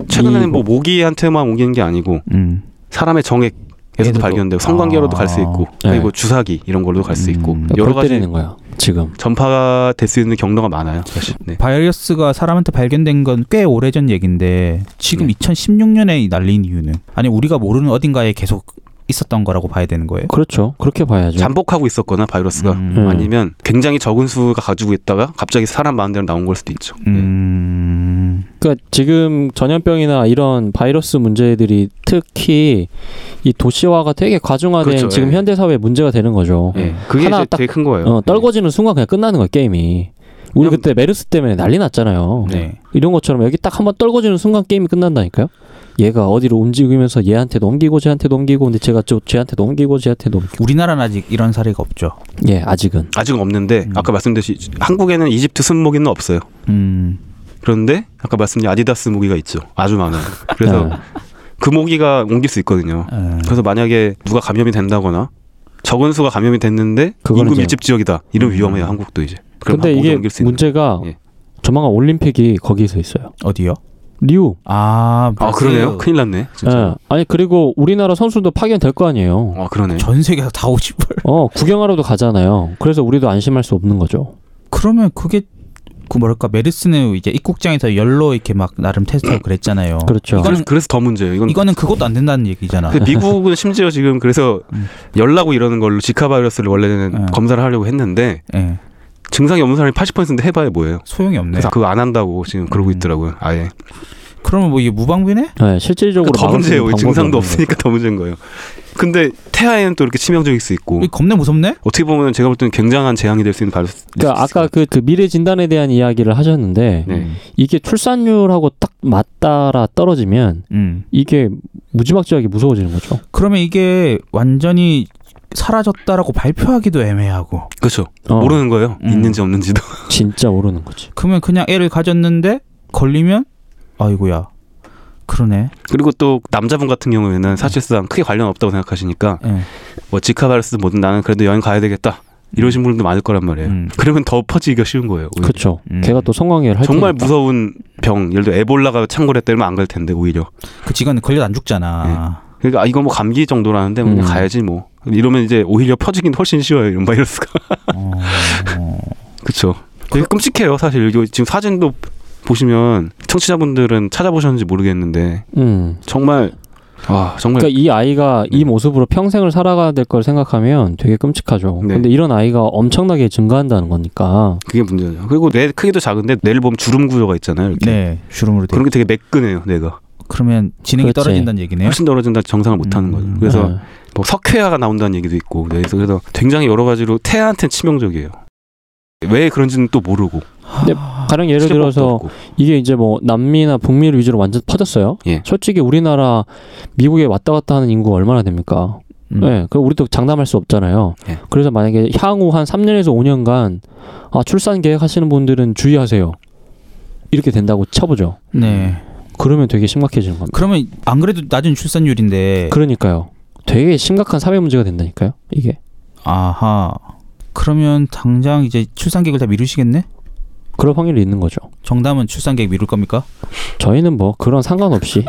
Speaker 4: 최근에는 뭐 모기한테만 뭐 옮기는 게 아니고
Speaker 2: 음.
Speaker 4: 사람의 정액에서도
Speaker 6: 얘들도-
Speaker 4: 발견되고 성관계로도 갈 수 있고
Speaker 3: 네.
Speaker 4: 그리고 주사기 이런 걸로도 갈 수 있고
Speaker 2: 음.
Speaker 4: 여러
Speaker 3: 골 그러니까
Speaker 4: 가지
Speaker 3: 때리는 거예요. 지금
Speaker 4: 전파가 될 수 있는 경로가 많아요. 사실. 네.
Speaker 2: 바이러스가 사람한테 발견된 건 꽤 오래전 얘긴데 지금
Speaker 4: 네.
Speaker 2: 2016년에 날린 이유는 아니 우리가 모르는 어딘가에 계속 있었던 거라고 봐야 되는 거예요.
Speaker 3: 그렇죠. 그렇게 봐야죠.
Speaker 4: 네. 잠복하고 있었거나 바이러스가
Speaker 2: 음.
Speaker 4: 아니면 굉장히 적은 수가 가지고 있다가 갑자기 사람 마음대로 나온 걸 수도 있죠. 네.
Speaker 2: 음.
Speaker 3: 그러니까 지금 전염병이나 이런 바이러스 문제들이 특히 이 도시화가 되게 과중화된
Speaker 4: 그렇죠,
Speaker 3: 지금
Speaker 4: 예.
Speaker 3: 현대 사회 문제가 되는 거죠.
Speaker 4: 예. 그게
Speaker 3: 하나
Speaker 4: 이제
Speaker 3: 딱-
Speaker 4: 되게 큰 거예요. 네.
Speaker 3: 어, 떨궈지는 순간 그냥 끝나는 거야 게임이. 우리
Speaker 4: 그냥-
Speaker 3: 그때 메르스 때문에 난리 났잖아요.
Speaker 2: 네.
Speaker 3: 이런 것처럼 여기 딱 한번 떨궈지는 순간 게임이 끝난다니까요. 얘가 어디로 움직이면서 얘한테 넘기고 쟤한테 넘기고 근데 제가 저 쟤한테 넘기고 쟤한테 넘기고
Speaker 2: 우리나라는 아직 이런 사례가 없죠.
Speaker 3: 예 아직은
Speaker 4: 아직은 없는데
Speaker 2: 음.
Speaker 4: 아까 말씀드린 한국에는 이집트 순모기는 없어요.
Speaker 2: 음.
Speaker 4: 그런데 아까 말씀드린 아디다스 모기가 있죠. 아주 많아요. 그래서
Speaker 3: 예.
Speaker 4: 그 모기가 옮길 수 있거든요.
Speaker 2: 음.
Speaker 4: 그래서 만약에 누가 감염이 된다거나 적은 수가 감염이 됐는데
Speaker 3: 그거는
Speaker 4: 인구
Speaker 3: 이제-
Speaker 4: 밀집 지역이다. 이런 위험해요.
Speaker 2: 음.
Speaker 4: 한국도 이제. 그럼
Speaker 3: 근데
Speaker 4: 한국이
Speaker 3: 이게
Speaker 4: 옮길 수 있는
Speaker 3: 문제가
Speaker 4: 예.
Speaker 3: 조만간 올림픽이 거기서 있어요.
Speaker 2: 어디요?
Speaker 3: 리우
Speaker 2: 아,
Speaker 4: 아 그러네요. 큰일 났네. 진짜.
Speaker 3: 예. 아니 그리고 우리나라 선수도 파견될 거 아니에요.
Speaker 4: 아 그러네.
Speaker 2: 전 세계에서 다 오지 뭘.
Speaker 3: 어 구경하러도 가잖아요. 그래서 우리도 안심할 수 없는 거죠.
Speaker 2: (laughs) 그러면 그게 그 뭐랄까 메르스는 이제 입국장에서 열로 이렇게 막 나름 테스트하고 그랬잖아요.
Speaker 3: 그렇죠.
Speaker 2: 이거는
Speaker 4: 그래서, 그래서 더 문제예요. 이건
Speaker 2: 이거는 그것도 안 된다는 얘기잖아.
Speaker 4: 근데 미국은 심지어 지금 그래서
Speaker 2: 음.
Speaker 4: 열나고 이러는 걸로 지카 바이러스를 원래는
Speaker 2: 음.
Speaker 4: 검사를 하려고 했는데
Speaker 2: 예.
Speaker 4: 증상이 없는 사람이 80%인데 해봐야 뭐예요.
Speaker 2: 소용이 없네.
Speaker 4: 그래서 그거 안 한다고 지금 그러고
Speaker 2: 음.
Speaker 4: 있더라고요. 아예.
Speaker 2: 그러면 뭐 이게 무방비네?
Speaker 3: 예, 실질적으로
Speaker 4: 더
Speaker 3: 막을 수 있는
Speaker 4: 문제예요.
Speaker 3: 방법이
Speaker 4: 증상도
Speaker 3: 없는
Speaker 4: 없으니까 더 문제인 거예요. 근데 태아에는 또 이렇게 치명적일 수 있고
Speaker 2: 이거 겁내 무섭네?
Speaker 4: 어떻게 보면 제가 볼 때는 굉장한 재앙이 될 수 있는 바이러스.
Speaker 3: 거죠. 그러니까 아까 그, 그 미래 진단에 대한 이야기를 하셨는데
Speaker 4: 네.
Speaker 3: 이게 출산율하고 딱 맞따라 떨어지면
Speaker 2: 음.
Speaker 3: 이게 무지막지하게 무서워지는 거죠.
Speaker 2: 그러면 이게 완전히 사라졌다라고 발표하기도 애매하고
Speaker 4: 그렇죠.
Speaker 3: 어,
Speaker 4: 모르는 거예요.
Speaker 2: 음.
Speaker 4: 있는지 없는지도.
Speaker 3: 진짜 모르는 거지.
Speaker 2: 그러면 그냥 애를 가졌는데 걸리면 아이고야 그러네
Speaker 4: (laughs) 그리고 또 남자분 같은 경우에는 사실상 크게 관련 없다고 생각하시니까
Speaker 2: 예.
Speaker 4: 뭐 지카 바이러스 뭐든 나는 그래도 여행 가야 되겠다 이러신 분들도 많을 거란 말이에요.
Speaker 2: 음.
Speaker 4: 그러면 더 퍼지기가 쉬운 거예요. 오히려.
Speaker 3: 그렇죠.
Speaker 2: 음.
Speaker 3: 걔가 또 성관계를 할
Speaker 4: 정말
Speaker 3: 테니까.
Speaker 4: 무서운 병. 예를 들어 에볼라가 창궐에 때리면 안 갈 텐데 오히려.
Speaker 2: 그치 이건 걸려도 안 죽잖아
Speaker 4: 그러니까 아, 이거 뭐 감기 정도라는데 뭐 그냥
Speaker 3: 음.
Speaker 4: 가야지 뭐. 이러면 이제 오히려 퍼지긴 훨씬 쉬워요. 이런 바이러스가.
Speaker 2: 어,
Speaker 4: (laughs) 그렇죠. 되게 끔찍해요. 사실 이거 지금 사진도 보시면 청취자분들은 찾아보셨는지 모르겠는데
Speaker 3: 음.
Speaker 4: 정말 아 정말
Speaker 3: 그러니까 이 아이가
Speaker 4: 네.
Speaker 3: 이 모습으로 평생을 살아가야 될 걸 생각하면 되게 끔찍하죠.
Speaker 4: 네.
Speaker 3: 근데 이런 아이가 엄청나게 증가한다는 거니까.
Speaker 4: 그게 문제죠. 그리고 뇌 크기도 작은데 뇌를 보면 주름 구조가 있잖아요. 이렇게.
Speaker 2: 네 주름으로 돼
Speaker 4: 그런 게 되게 매끈해요, 뇌가.
Speaker 2: 그러면 지능이
Speaker 3: 그렇지.
Speaker 2: 떨어진다는 얘기네요
Speaker 4: 훨씬 떨어진다 정상을 못 하는 거죠.
Speaker 2: 음.
Speaker 4: 그래서
Speaker 3: 예.
Speaker 4: 뭐 석회화가 나온다는 얘기도 있고. 그래서 그래서 굉장히 여러 가지로 태아한테는 치명적이에요. 왜 그런지는 또 모르고.
Speaker 3: 근데 가령 예를
Speaker 4: 치료법도
Speaker 3: 들어서
Speaker 4: 뭐 없고.
Speaker 3: 이게 이제 뭐 남미나 북미를 위주로 완전 퍼졌어요.
Speaker 4: 예.
Speaker 3: 솔직히 우리나라 미국에 왔다 갔다 하는 인구가 얼마나 됩니까?
Speaker 2: 음.
Speaker 3: 예. 그럼 우리도 장담할 수 없잖아요.
Speaker 4: 예.
Speaker 3: 그래서 만약에 향후 한 3년에서 5년간 아, 출산 계획하시는 분들은 주의하세요. 이렇게 된다고 쳐보죠.
Speaker 2: 네
Speaker 3: 그러면 되게 심각해지는 겁니다.
Speaker 2: 그러면 안 그래도 낮은
Speaker 4: 네.
Speaker 2: 출산율인데
Speaker 3: 그러니까요. 되게 심각한 사회 문제가 된다니까요. 이게.
Speaker 2: 아하 그러면 당장 이제 출산 계획을 다 미루시겠네
Speaker 3: 그럴 확률이 있는 거죠.
Speaker 2: 정답은 출산 계획 미룰 겁니까
Speaker 3: 저희는 뭐 그런
Speaker 4: (laughs)
Speaker 3: 상관없이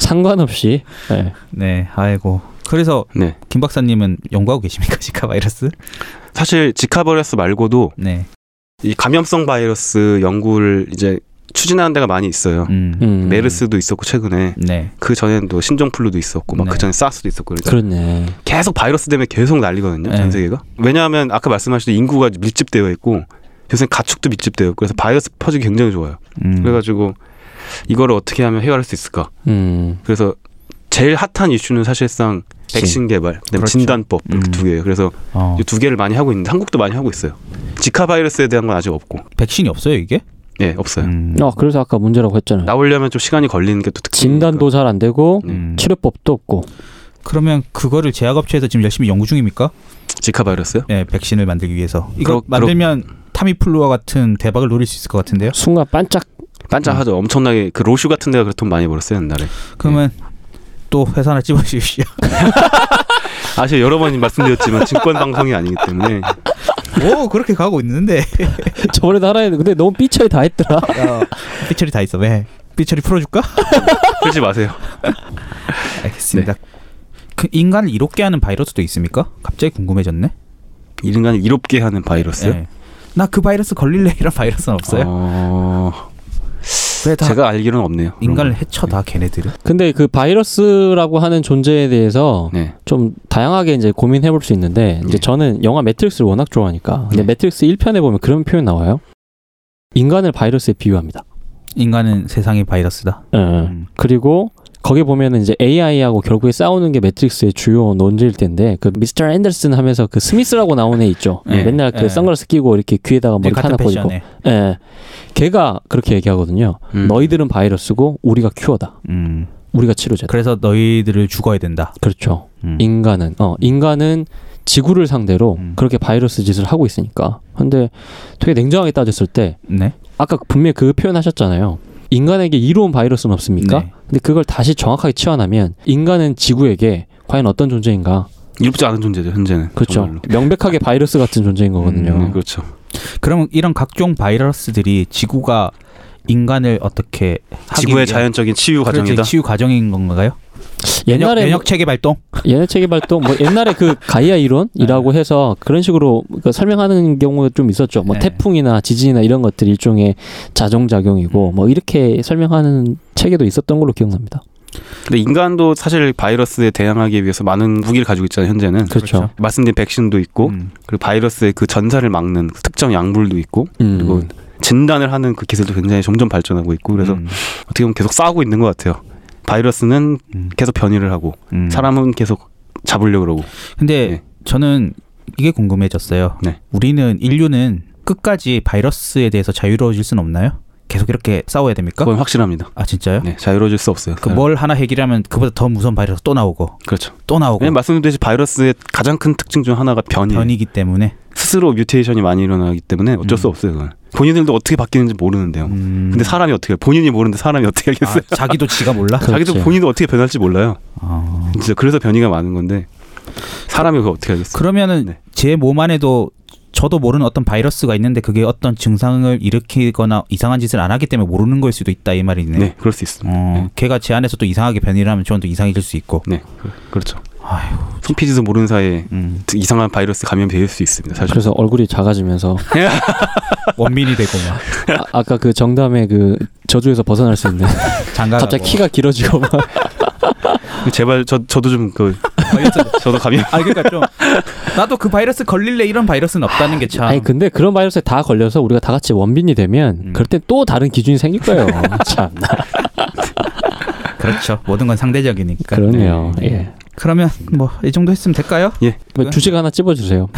Speaker 3: 상관없이 예.
Speaker 2: 네 아이고 그래서
Speaker 4: 네.
Speaker 2: 김 박사님은 연구하고 계십니까 (laughs) 지카 바이러스
Speaker 4: 사실 지카바이러스 말고도
Speaker 2: 네
Speaker 4: 이 감염성 바이러스 연구를 이제 추진하는 데가 많이 있어요.
Speaker 2: 음.
Speaker 3: 음.
Speaker 4: 메르스도 있었고 최근에
Speaker 2: 네.
Speaker 4: 그 전에는 또 신종플루도 있었고 막
Speaker 2: 네.
Speaker 4: 그 전에 사스도 있었고 그러니까
Speaker 3: 그렇네.
Speaker 4: 계속 바이러스 때문에 계속 난리거든요
Speaker 2: 네.
Speaker 4: 전 세계가 왜냐하면 아까 말씀하신 인구가 밀집되어 있고 요새 가축도 밀집되어 있고 그래서 바이러스 퍼지기 굉장히 좋아요
Speaker 2: 음.
Speaker 4: 그래가지고 이거를 어떻게 하면 해결할 수 있을까
Speaker 3: 음.
Speaker 4: 그래서 제일 핫한 이슈는 사실상 백신 개발 그다음에
Speaker 2: 그렇죠.
Speaker 4: 진단법 이렇게
Speaker 2: 음.
Speaker 4: 두 개예요 그래서
Speaker 2: 어.
Speaker 4: 이 두 개를 많이 하고 있는데 한국도 많이 하고 있어요 지카 바이러스에 대한 건 아직 없고
Speaker 2: 백신이 없어요 이게?
Speaker 4: 예 없어요
Speaker 2: 음.
Speaker 3: 아 그래서 아까 문제라고 했잖아요.
Speaker 4: 나오려면 좀 시간이 걸리는 게 또 특징
Speaker 3: 진단도 잘 안 되고
Speaker 4: 네.
Speaker 2: 음.
Speaker 3: 치료법도 없고.
Speaker 2: 그러면 그거를 제약업체에서 지금 열심히 연구 중입니까?
Speaker 4: 지카 바이러스요
Speaker 2: 네, 백신을 만들기 위해서.
Speaker 4: 그러-
Speaker 2: 이거
Speaker 4: 그러-
Speaker 2: 만들면 타미플루와 같은 대박을 노릴 수 있을 것 같은데요.
Speaker 3: 순간 반짝
Speaker 4: 반짝하죠
Speaker 2: 음.
Speaker 4: 엄청나게 그 로슈 같은 데가 그돈 많이 벌었어요 옛날에
Speaker 2: 그러면 또 회사 하나 찝어주십시오. (laughs)
Speaker 4: 아, 제가 여러 번 말씀드렸지만 증권 방송이 아니기 때문에
Speaker 2: 오 그렇게 가고 있는데
Speaker 3: (laughs) 저번에도 하나 했는데 근데 너무 삐쳐이 다 했더라.
Speaker 2: 피처리 다 있어 왜? 삐처리 풀어줄까?
Speaker 4: 그러지 마세요.
Speaker 2: 알겠습니다.
Speaker 4: 네.
Speaker 2: 그 인간을 이롭게 하는 바이러스도 있습니까? 갑자기 궁금해졌네.
Speaker 4: 이 인간을 이롭게 하는 바이러스요?
Speaker 2: 나 그 바이러스 걸릴래 이런 바이러스는 없어요.
Speaker 4: 어,
Speaker 2: 왜 다
Speaker 4: 제가 알기로는 없네요. 그런
Speaker 2: 인간을
Speaker 4: 거.
Speaker 2: 해쳐 다 걔네들은?
Speaker 3: (laughs) 근데 그 바이러스라고 하는 존재에 대해서
Speaker 4: 네.
Speaker 3: 좀 다양하게 이제 고민해 볼 수 있는데 이제
Speaker 4: 예.
Speaker 3: 저는 영화 매트릭스를 워낙 좋아하니까
Speaker 2: 예.
Speaker 3: 근데
Speaker 4: 네.
Speaker 3: 매트릭스 1편에 보면 그런 표현 나와요. 인간을 바이러스에 비유합니다.
Speaker 2: 인간은 세상의 바이러스다.
Speaker 3: 예.
Speaker 2: 음.
Speaker 3: 그리고 거기 보면은 이제 AI하고 결국에 싸우는 게 매트릭스의 주요 논제일 텐데 그 미스터 앤더슨 하면서 그 스미스라고 나오는 애 있죠.
Speaker 2: 예.
Speaker 3: 맨날 그
Speaker 2: 예.
Speaker 3: 선글라스 끼고 이렇게 귀에다가 머리 하나
Speaker 2: 같은
Speaker 3: 꽂고.
Speaker 2: 패션에.
Speaker 3: 예. 걔가 그렇게 얘기하거든요.
Speaker 4: 음.
Speaker 3: 너희들은 바이러스고 우리가 큐어다.
Speaker 2: 음.
Speaker 3: 우리가 치료제다.
Speaker 2: 그래서 너희들을 죽어야 된다.
Speaker 3: 그렇죠.
Speaker 2: 음.
Speaker 3: 인간은 어 인간은 지구를 상대로
Speaker 2: 음.
Speaker 3: 그렇게 바이러스 짓을 하고 있으니까 근데 되게 냉정하게 따졌을 때
Speaker 2: 네.
Speaker 3: 아까 분명히 그 표현하셨잖아요 인간에게 이로운 바이러스는 없습니까
Speaker 2: 네.
Speaker 3: 근데 그걸 다시 정확하게 치환하면 인간은 지구에게 과연 어떤 존재인가
Speaker 4: 이롭지 않은 존재죠 현재는.
Speaker 3: 그렇죠
Speaker 4: 정말로.
Speaker 3: 명백하게 바이러스 같은 존재인 거거든요
Speaker 4: 네, 그렇죠.
Speaker 2: 그럼 이런 각종 바이러스들이 지구가 인간을 어떻게 하기
Speaker 4: 지구의
Speaker 2: 위한-
Speaker 4: 자연적인 치유
Speaker 2: 그렇지,
Speaker 4: 과정이다.
Speaker 2: 치유 과정인 건가요?
Speaker 3: 옛날에
Speaker 2: 면역, 체계 발동?
Speaker 3: 얘네 체계 발동 뭐 옛날에 그 가이아 이론이라고 해서 그런 식으로 그 설명하는 경우가 좀 있었죠. 뭐
Speaker 2: 네.
Speaker 3: 태풍이나 지진이나 이런 것들이 일종의 자정 작용이고 뭐 이렇게 설명하는 체계도 있었던 걸로 기억납니다.
Speaker 4: 근데 인간도 사실 바이러스에 대항하기 위해서 많은 무기를 가지고 있잖아요. 현재는
Speaker 3: 그렇죠.
Speaker 4: 말씀드린 백신도 있고
Speaker 2: 음.
Speaker 4: 그리고 바이러스의 그 전사를 막는 그 특정 약물도 있고
Speaker 3: 음.
Speaker 4: 그리고 진단을 하는 그 기술도 굉장히 점점 발전하고 있고 그래서
Speaker 2: 음.
Speaker 4: 어떻게 보면 계속 싸우고 있는 것 같아요. 바이러스는
Speaker 2: 음.
Speaker 4: 계속 변이를 하고
Speaker 2: 음.
Speaker 4: 사람은 계속 잡으려고 그러고
Speaker 2: 근데
Speaker 4: 네.
Speaker 2: 저는 이게 궁금해졌어요.
Speaker 4: 네.
Speaker 2: 우리는 인류는 끝까지 바이러스에 대해서 자유로워질 순 없나요? 계속 이렇게 싸워야 됩니까?
Speaker 4: 그건 확실합니다.
Speaker 2: 아 진짜요?
Speaker 4: 네, 자유로워질 수 없어요.
Speaker 2: 그 뭘 하나 해결하면 그보다 더 무서운 바이러스 또 나오고
Speaker 4: 그렇죠.
Speaker 2: 또 나오고
Speaker 4: 왜냐면 말씀드렸듯이 바이러스의 가장 큰 특징 중 하나가 변이에요. 네.
Speaker 2: 변이기 때문에
Speaker 4: 스스로 뮤테이션이 많이 일어나기 때문에 어쩔 수
Speaker 2: 음.
Speaker 4: 없어요. 그건. 본인들도 어떻게 바뀌는지 모르는데요.
Speaker 2: 음.
Speaker 4: 근데 사람이 어떻게 본인이 모르는데 사람이 어떻게
Speaker 2: 아,
Speaker 4: 알겠어요?
Speaker 2: 자기도 지가
Speaker 4: (laughs)
Speaker 2: 몰라?
Speaker 4: 자기도
Speaker 3: 그렇지.
Speaker 4: 본인도 어떻게 변할지 몰라요.
Speaker 2: 아.
Speaker 4: 진짜 그래서 변이가 많은 건데 사람이 그걸 어떻게 알겠어요?
Speaker 2: 그러면은
Speaker 4: 네.
Speaker 2: 제 몸 안에도 저도 모르는 어떤 바이러스가 있는데 그게 어떤 증상을 일으키거나 이상한 짓을 안 하기 때문에 모르는 걸 수도 있다 이 말이네.
Speaker 4: 네, 그럴 수 있습니다.
Speaker 2: 어, 걔가 제 안에서 또 이상하게 변이를 하면 저는 또 이상해질 수 있고.
Speaker 4: 네, 그- 그렇죠.
Speaker 2: 아휴.
Speaker 4: 손피지도 모르는 사이에
Speaker 2: 음.
Speaker 4: 이상한 바이러스 감염될 수 있습니다. 사실.
Speaker 3: 그래서 얼굴이 (laughs) 작아지면서
Speaker 2: 원민이 되고 막
Speaker 3: 아, 까그 정담의 그 저주에서 벗어날 수 있는
Speaker 2: 장가
Speaker 3: 갑자기
Speaker 2: 가고.
Speaker 3: 키가 길어지고 막
Speaker 4: 제발 저 저도 좀 그 저도 감염.
Speaker 2: 뭐 아 그러니까 좀 나도 그 바이러스 걸릴래 이런 바이러스는 없다는 게 참.
Speaker 3: 아니 근데 그런 바이러스에 다 걸려서 우리가 다 같이 원빈이 되면
Speaker 2: 음.
Speaker 3: 그럴 때 또 다른 기준이 생길 거예요. (laughs) 참
Speaker 2: 그렇죠. 모든 건 상대적이니까.
Speaker 3: 그러네요. 예.
Speaker 2: 그러면 뭐 이 정도 했으면 될까요?
Speaker 3: 뭐 주식 하나 찝어주세요.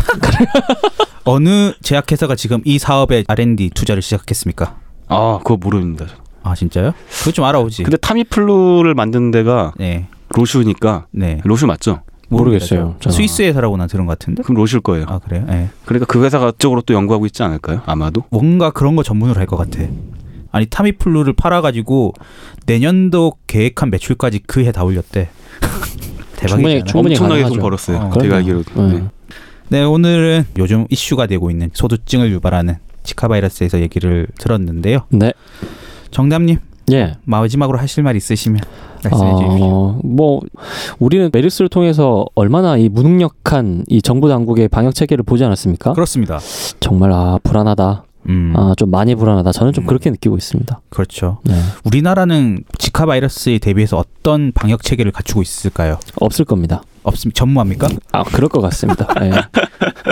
Speaker 2: 어느 제약회사가 지금 이 사업에 R&D 투자를 시작했습니까?
Speaker 4: 아, 그거 모릅니다.
Speaker 2: 아 진짜요? 그거 좀 알아오지.
Speaker 4: 근데 타미플루를 만든 데가
Speaker 2: 네,
Speaker 4: 로슈니까
Speaker 2: 네.
Speaker 4: 로슈 맞죠?
Speaker 3: 모르겠어요. 저는.
Speaker 2: 스위스 회사라고 나 들은 것 같은데.
Speaker 4: 그럼 로슈일 거예요.
Speaker 2: 아 그래요? 예.
Speaker 4: 그러니까 그 회사가 쪽으로 또 연구하고 있지 않을까요? 아마도.
Speaker 2: 뭔가 그런 거 전문으로 할 것 같아. 아니 타미플루를 팔아가지고 내년도 계획한 매출까지 그 해 다 올렸대. (laughs) 대박이잖아.
Speaker 3: 충분히- 충분히
Speaker 4: 엄청나게
Speaker 3: 가능하죠.
Speaker 4: 돈 벌었어요.
Speaker 2: 어,
Speaker 4: 제가
Speaker 3: 그럼요.
Speaker 4: 알기로.
Speaker 3: 네.
Speaker 4: 네.
Speaker 2: 네, 오늘은 요즘 이슈가 되고 있는 소두증을 유발하는 치카바이러스에서 얘기를 들었는데요.
Speaker 3: 네.
Speaker 2: 정담님
Speaker 3: 예.
Speaker 2: 마지막으로 하실 말 있으시면 말씀해 주십시오.
Speaker 3: 어, 뭐 우리는 메르스를 통해서 얼마나 이 무능력한 이 정부 당국의 방역 체계를 보지 않았습니까?
Speaker 2: 그렇습니다.
Speaker 3: 정말 아 불안하다.
Speaker 2: 음,
Speaker 3: 아 좀 많이 불안하다. 저는 좀
Speaker 2: 음.
Speaker 3: 그렇게 느끼고 있습니다.
Speaker 2: 그렇죠.
Speaker 3: 네.
Speaker 2: 우리나라는 지카바이러스에 대비해서 어떤 방역 체계를 갖추고 있을까요?
Speaker 3: 없을 겁니다.
Speaker 2: 없음 전무합니까?
Speaker 3: 아 그럴 것 같습니다. 예.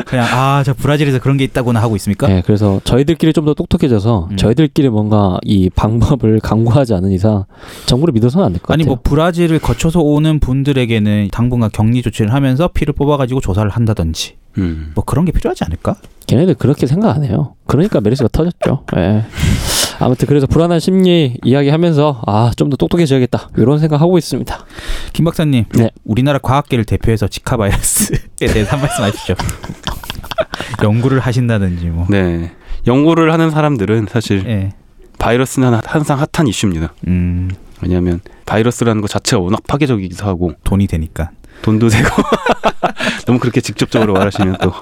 Speaker 2: 그냥 아, 저 브라질에서 (laughs) 그런 게 있다고나 하고 있습니까?
Speaker 3: 예, 그래서 저희들끼리 좀 더 똑똑해져서
Speaker 2: 그러니까? 음.
Speaker 3: 저희들끼리 뭔가 이 방법을 강구하지 않은 이상 정부를 믿어서는 안 될 것 같아요.
Speaker 2: 아니 뭐 브라질을 거쳐서 오는 분들에게는 당분간 격리 조치를 하면서 피를 뽑아가지고 조사를 한다든지
Speaker 4: 음.
Speaker 2: 뭐 그런 게 필요하지 않을까?
Speaker 3: 걔네들 그렇게 생각 안 해요. 그러니까 메르스가 터졌죠. 예. 아무튼 그래서 불안한 심리 이야기하면서 아 좀 더 똑똑해져야겠다 이런 생각 하고 있습니다.
Speaker 2: 김 박사님,
Speaker 3: 네.
Speaker 2: 우리나라 과학계를 대표해서 지카바이러스에 대해서 한 말씀 하십시오. (laughs) 연구를 하신다든지 뭐.
Speaker 4: 네. 연구를 하는 사람들은 사실
Speaker 2: 예.
Speaker 4: 바이러스는 하- 항상 핫한 이슈입니다.
Speaker 2: 음,
Speaker 4: 왜냐하면 바이러스라는 것 자체가 워낙 파괴적이기도 하고
Speaker 2: 돈이 되니까.
Speaker 4: (laughs) 돈도 되고 너무 그렇게 직접적으로 말하시면 또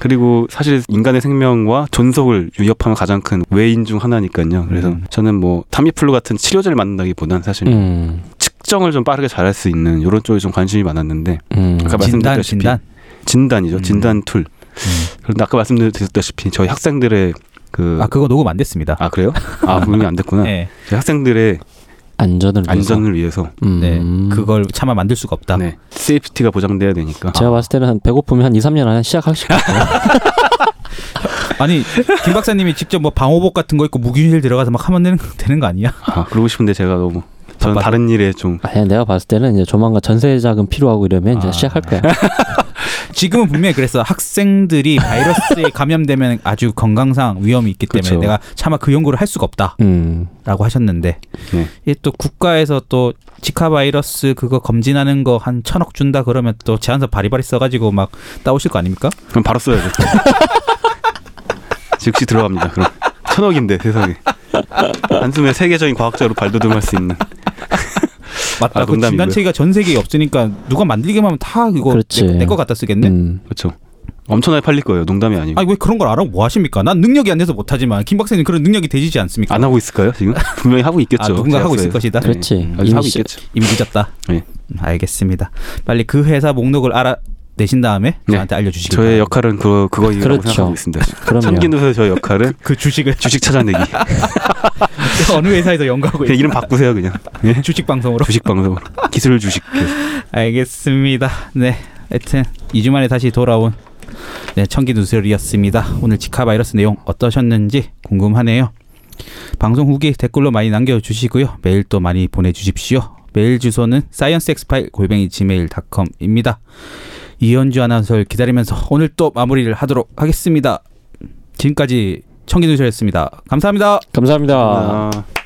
Speaker 4: 그리고 사실 인간의 생명과 존속을 위협하는 가장 큰 외인 중 하나니까요. 그래서
Speaker 2: 음.
Speaker 4: 저는 뭐 타미플루 같은 치료제를 만든다기보다는 사실
Speaker 3: 음.
Speaker 4: 측정을 좀 빠르게 잘할 수 있는 이런 쪽에 좀 관심이 많았는데
Speaker 3: 음.
Speaker 4: 아까 뭐
Speaker 2: 진단
Speaker 4: 말씀드렸다시피 그
Speaker 2: 진단
Speaker 4: 진단이죠.
Speaker 2: 음.
Speaker 4: 진단 툴. 그런데 아까 말씀드렸다시피 저희 학생들의 그
Speaker 2: 아 그거 녹음 안 됐습니다.
Speaker 4: 아, 그래요? 아 분명히 안
Speaker 2: (laughs)
Speaker 4: 됐구나.
Speaker 2: 네,
Speaker 4: 저희 학생들의
Speaker 3: 안전을 위해서.
Speaker 4: 안전을 위해서
Speaker 3: 음.
Speaker 2: 네, 그걸 차마 만들 수가 없다.
Speaker 4: 네. 세이프티가 보장돼야 되니까.
Speaker 3: 제가 봤을 때는 한 배고프면 한 2, 3년 안에
Speaker 4: (laughs)
Speaker 3: 시작하실 것 같아요.
Speaker 2: 아니 김 박사님이 직접 뭐 방호복 같은 거 입고 무기실 들어가서 막 하면 되는, 되는 거 아니야?
Speaker 4: 아, 그러고 싶은데 제가 너무 저는
Speaker 2: 바빠서.
Speaker 4: 다른 일에 좀
Speaker 3: 아니, 내가 봤을 때는 이제 조만간 전세 자금 필요하고 이러면 이제
Speaker 2: 아.
Speaker 3: 시작할 거야.
Speaker 2: 지금은 분명히 그래서 학생들이 바이러스에 감염되면 아주 건강상 위험이 있기 때문에
Speaker 4: 그렇죠.
Speaker 2: 내가 차마 그 연구를 할 수가 없다.
Speaker 3: 음.
Speaker 2: 라고 하셨는데
Speaker 4: 네.
Speaker 2: 이게 또 국가에서 또 지카 바이러스 그거 검진하는 거 한 천억 준다 그러면 또 제안서 바리바리 써가지고 막 따오실 거 아닙니까?
Speaker 4: 그럼 바로 써야죠. (laughs) 즉시 들어갑니다. 그럼 천억인데 세상에 한숨에 세계적인 과학자로 발돋움할 수 있는
Speaker 2: 맞다.
Speaker 4: 아,
Speaker 2: 그
Speaker 4: 농담이고요.
Speaker 2: 진단체계가 전 세계에 없으니까 누가 만들기만 하면 다 이거
Speaker 3: 그렇지.
Speaker 2: 내거 갖다 쓰겠네.
Speaker 3: 음.
Speaker 4: 그렇죠. 엄청나게 팔릴 거예요. 농담이 아니고
Speaker 2: 아니 왜 그런 걸 알아? 뭐 하십니까? 난 능력이 안 돼서 못하지만 김 박사님 그런 능력이 되지 않습니까?
Speaker 4: 안 하고 있을까요?
Speaker 2: (laughs)
Speaker 4: 지금 분명히 하고 있겠죠.
Speaker 2: 아, 누군가 하고
Speaker 4: 제약사에서.
Speaker 2: 있을 것이다.
Speaker 4: 그렇죠. 네.
Speaker 3: 그렇지.
Speaker 4: 아직
Speaker 3: 이미
Speaker 4: 하고
Speaker 3: 시-
Speaker 4: 있겠죠.
Speaker 2: 이미 늦었다.
Speaker 4: 예.
Speaker 2: 음, 알겠습니다. 빨리 그 회사 목록을 알아내신 다음에
Speaker 4: 네.
Speaker 2: 저한테 알려주시기
Speaker 4: 저의
Speaker 2: 바랍니다.
Speaker 4: 역할은 그 그거라고
Speaker 3: 그렇죠.
Speaker 4: 생각하고 있습니다.
Speaker 3: 그럼요.
Speaker 4: 참기누에서 저의 역할은
Speaker 2: 그 주식을 (laughs)
Speaker 4: 주식 찾아내기.
Speaker 2: 어느 회사에서 연구하고
Speaker 4: 그냥
Speaker 2: 있는
Speaker 4: 이름 바꾸세요 그냥. 예?
Speaker 2: 주식 방송으로
Speaker 4: 주식 방송으로 기술 주식. 해서.
Speaker 2: 알겠습니다. 네, 하여튼 2주 만에 다시 돌아온 네, 청기 누설이었습니다. 오늘 지카 바이러스 내용 어떠셨는지 궁금하네요. 방송 후기 댓글로 많이 남겨주시고요. 메일도 많이 보내주십시오. 메일 주소는 scienceexfile 골뱅이 gmail.com입니다. 이현주 아나운서를 기다리면서 오늘 또 마무리를 하도록 하겠습니다. 지금까지 청기 누설이었습니다. 감사합니다.
Speaker 3: 감사합니다.
Speaker 4: 아.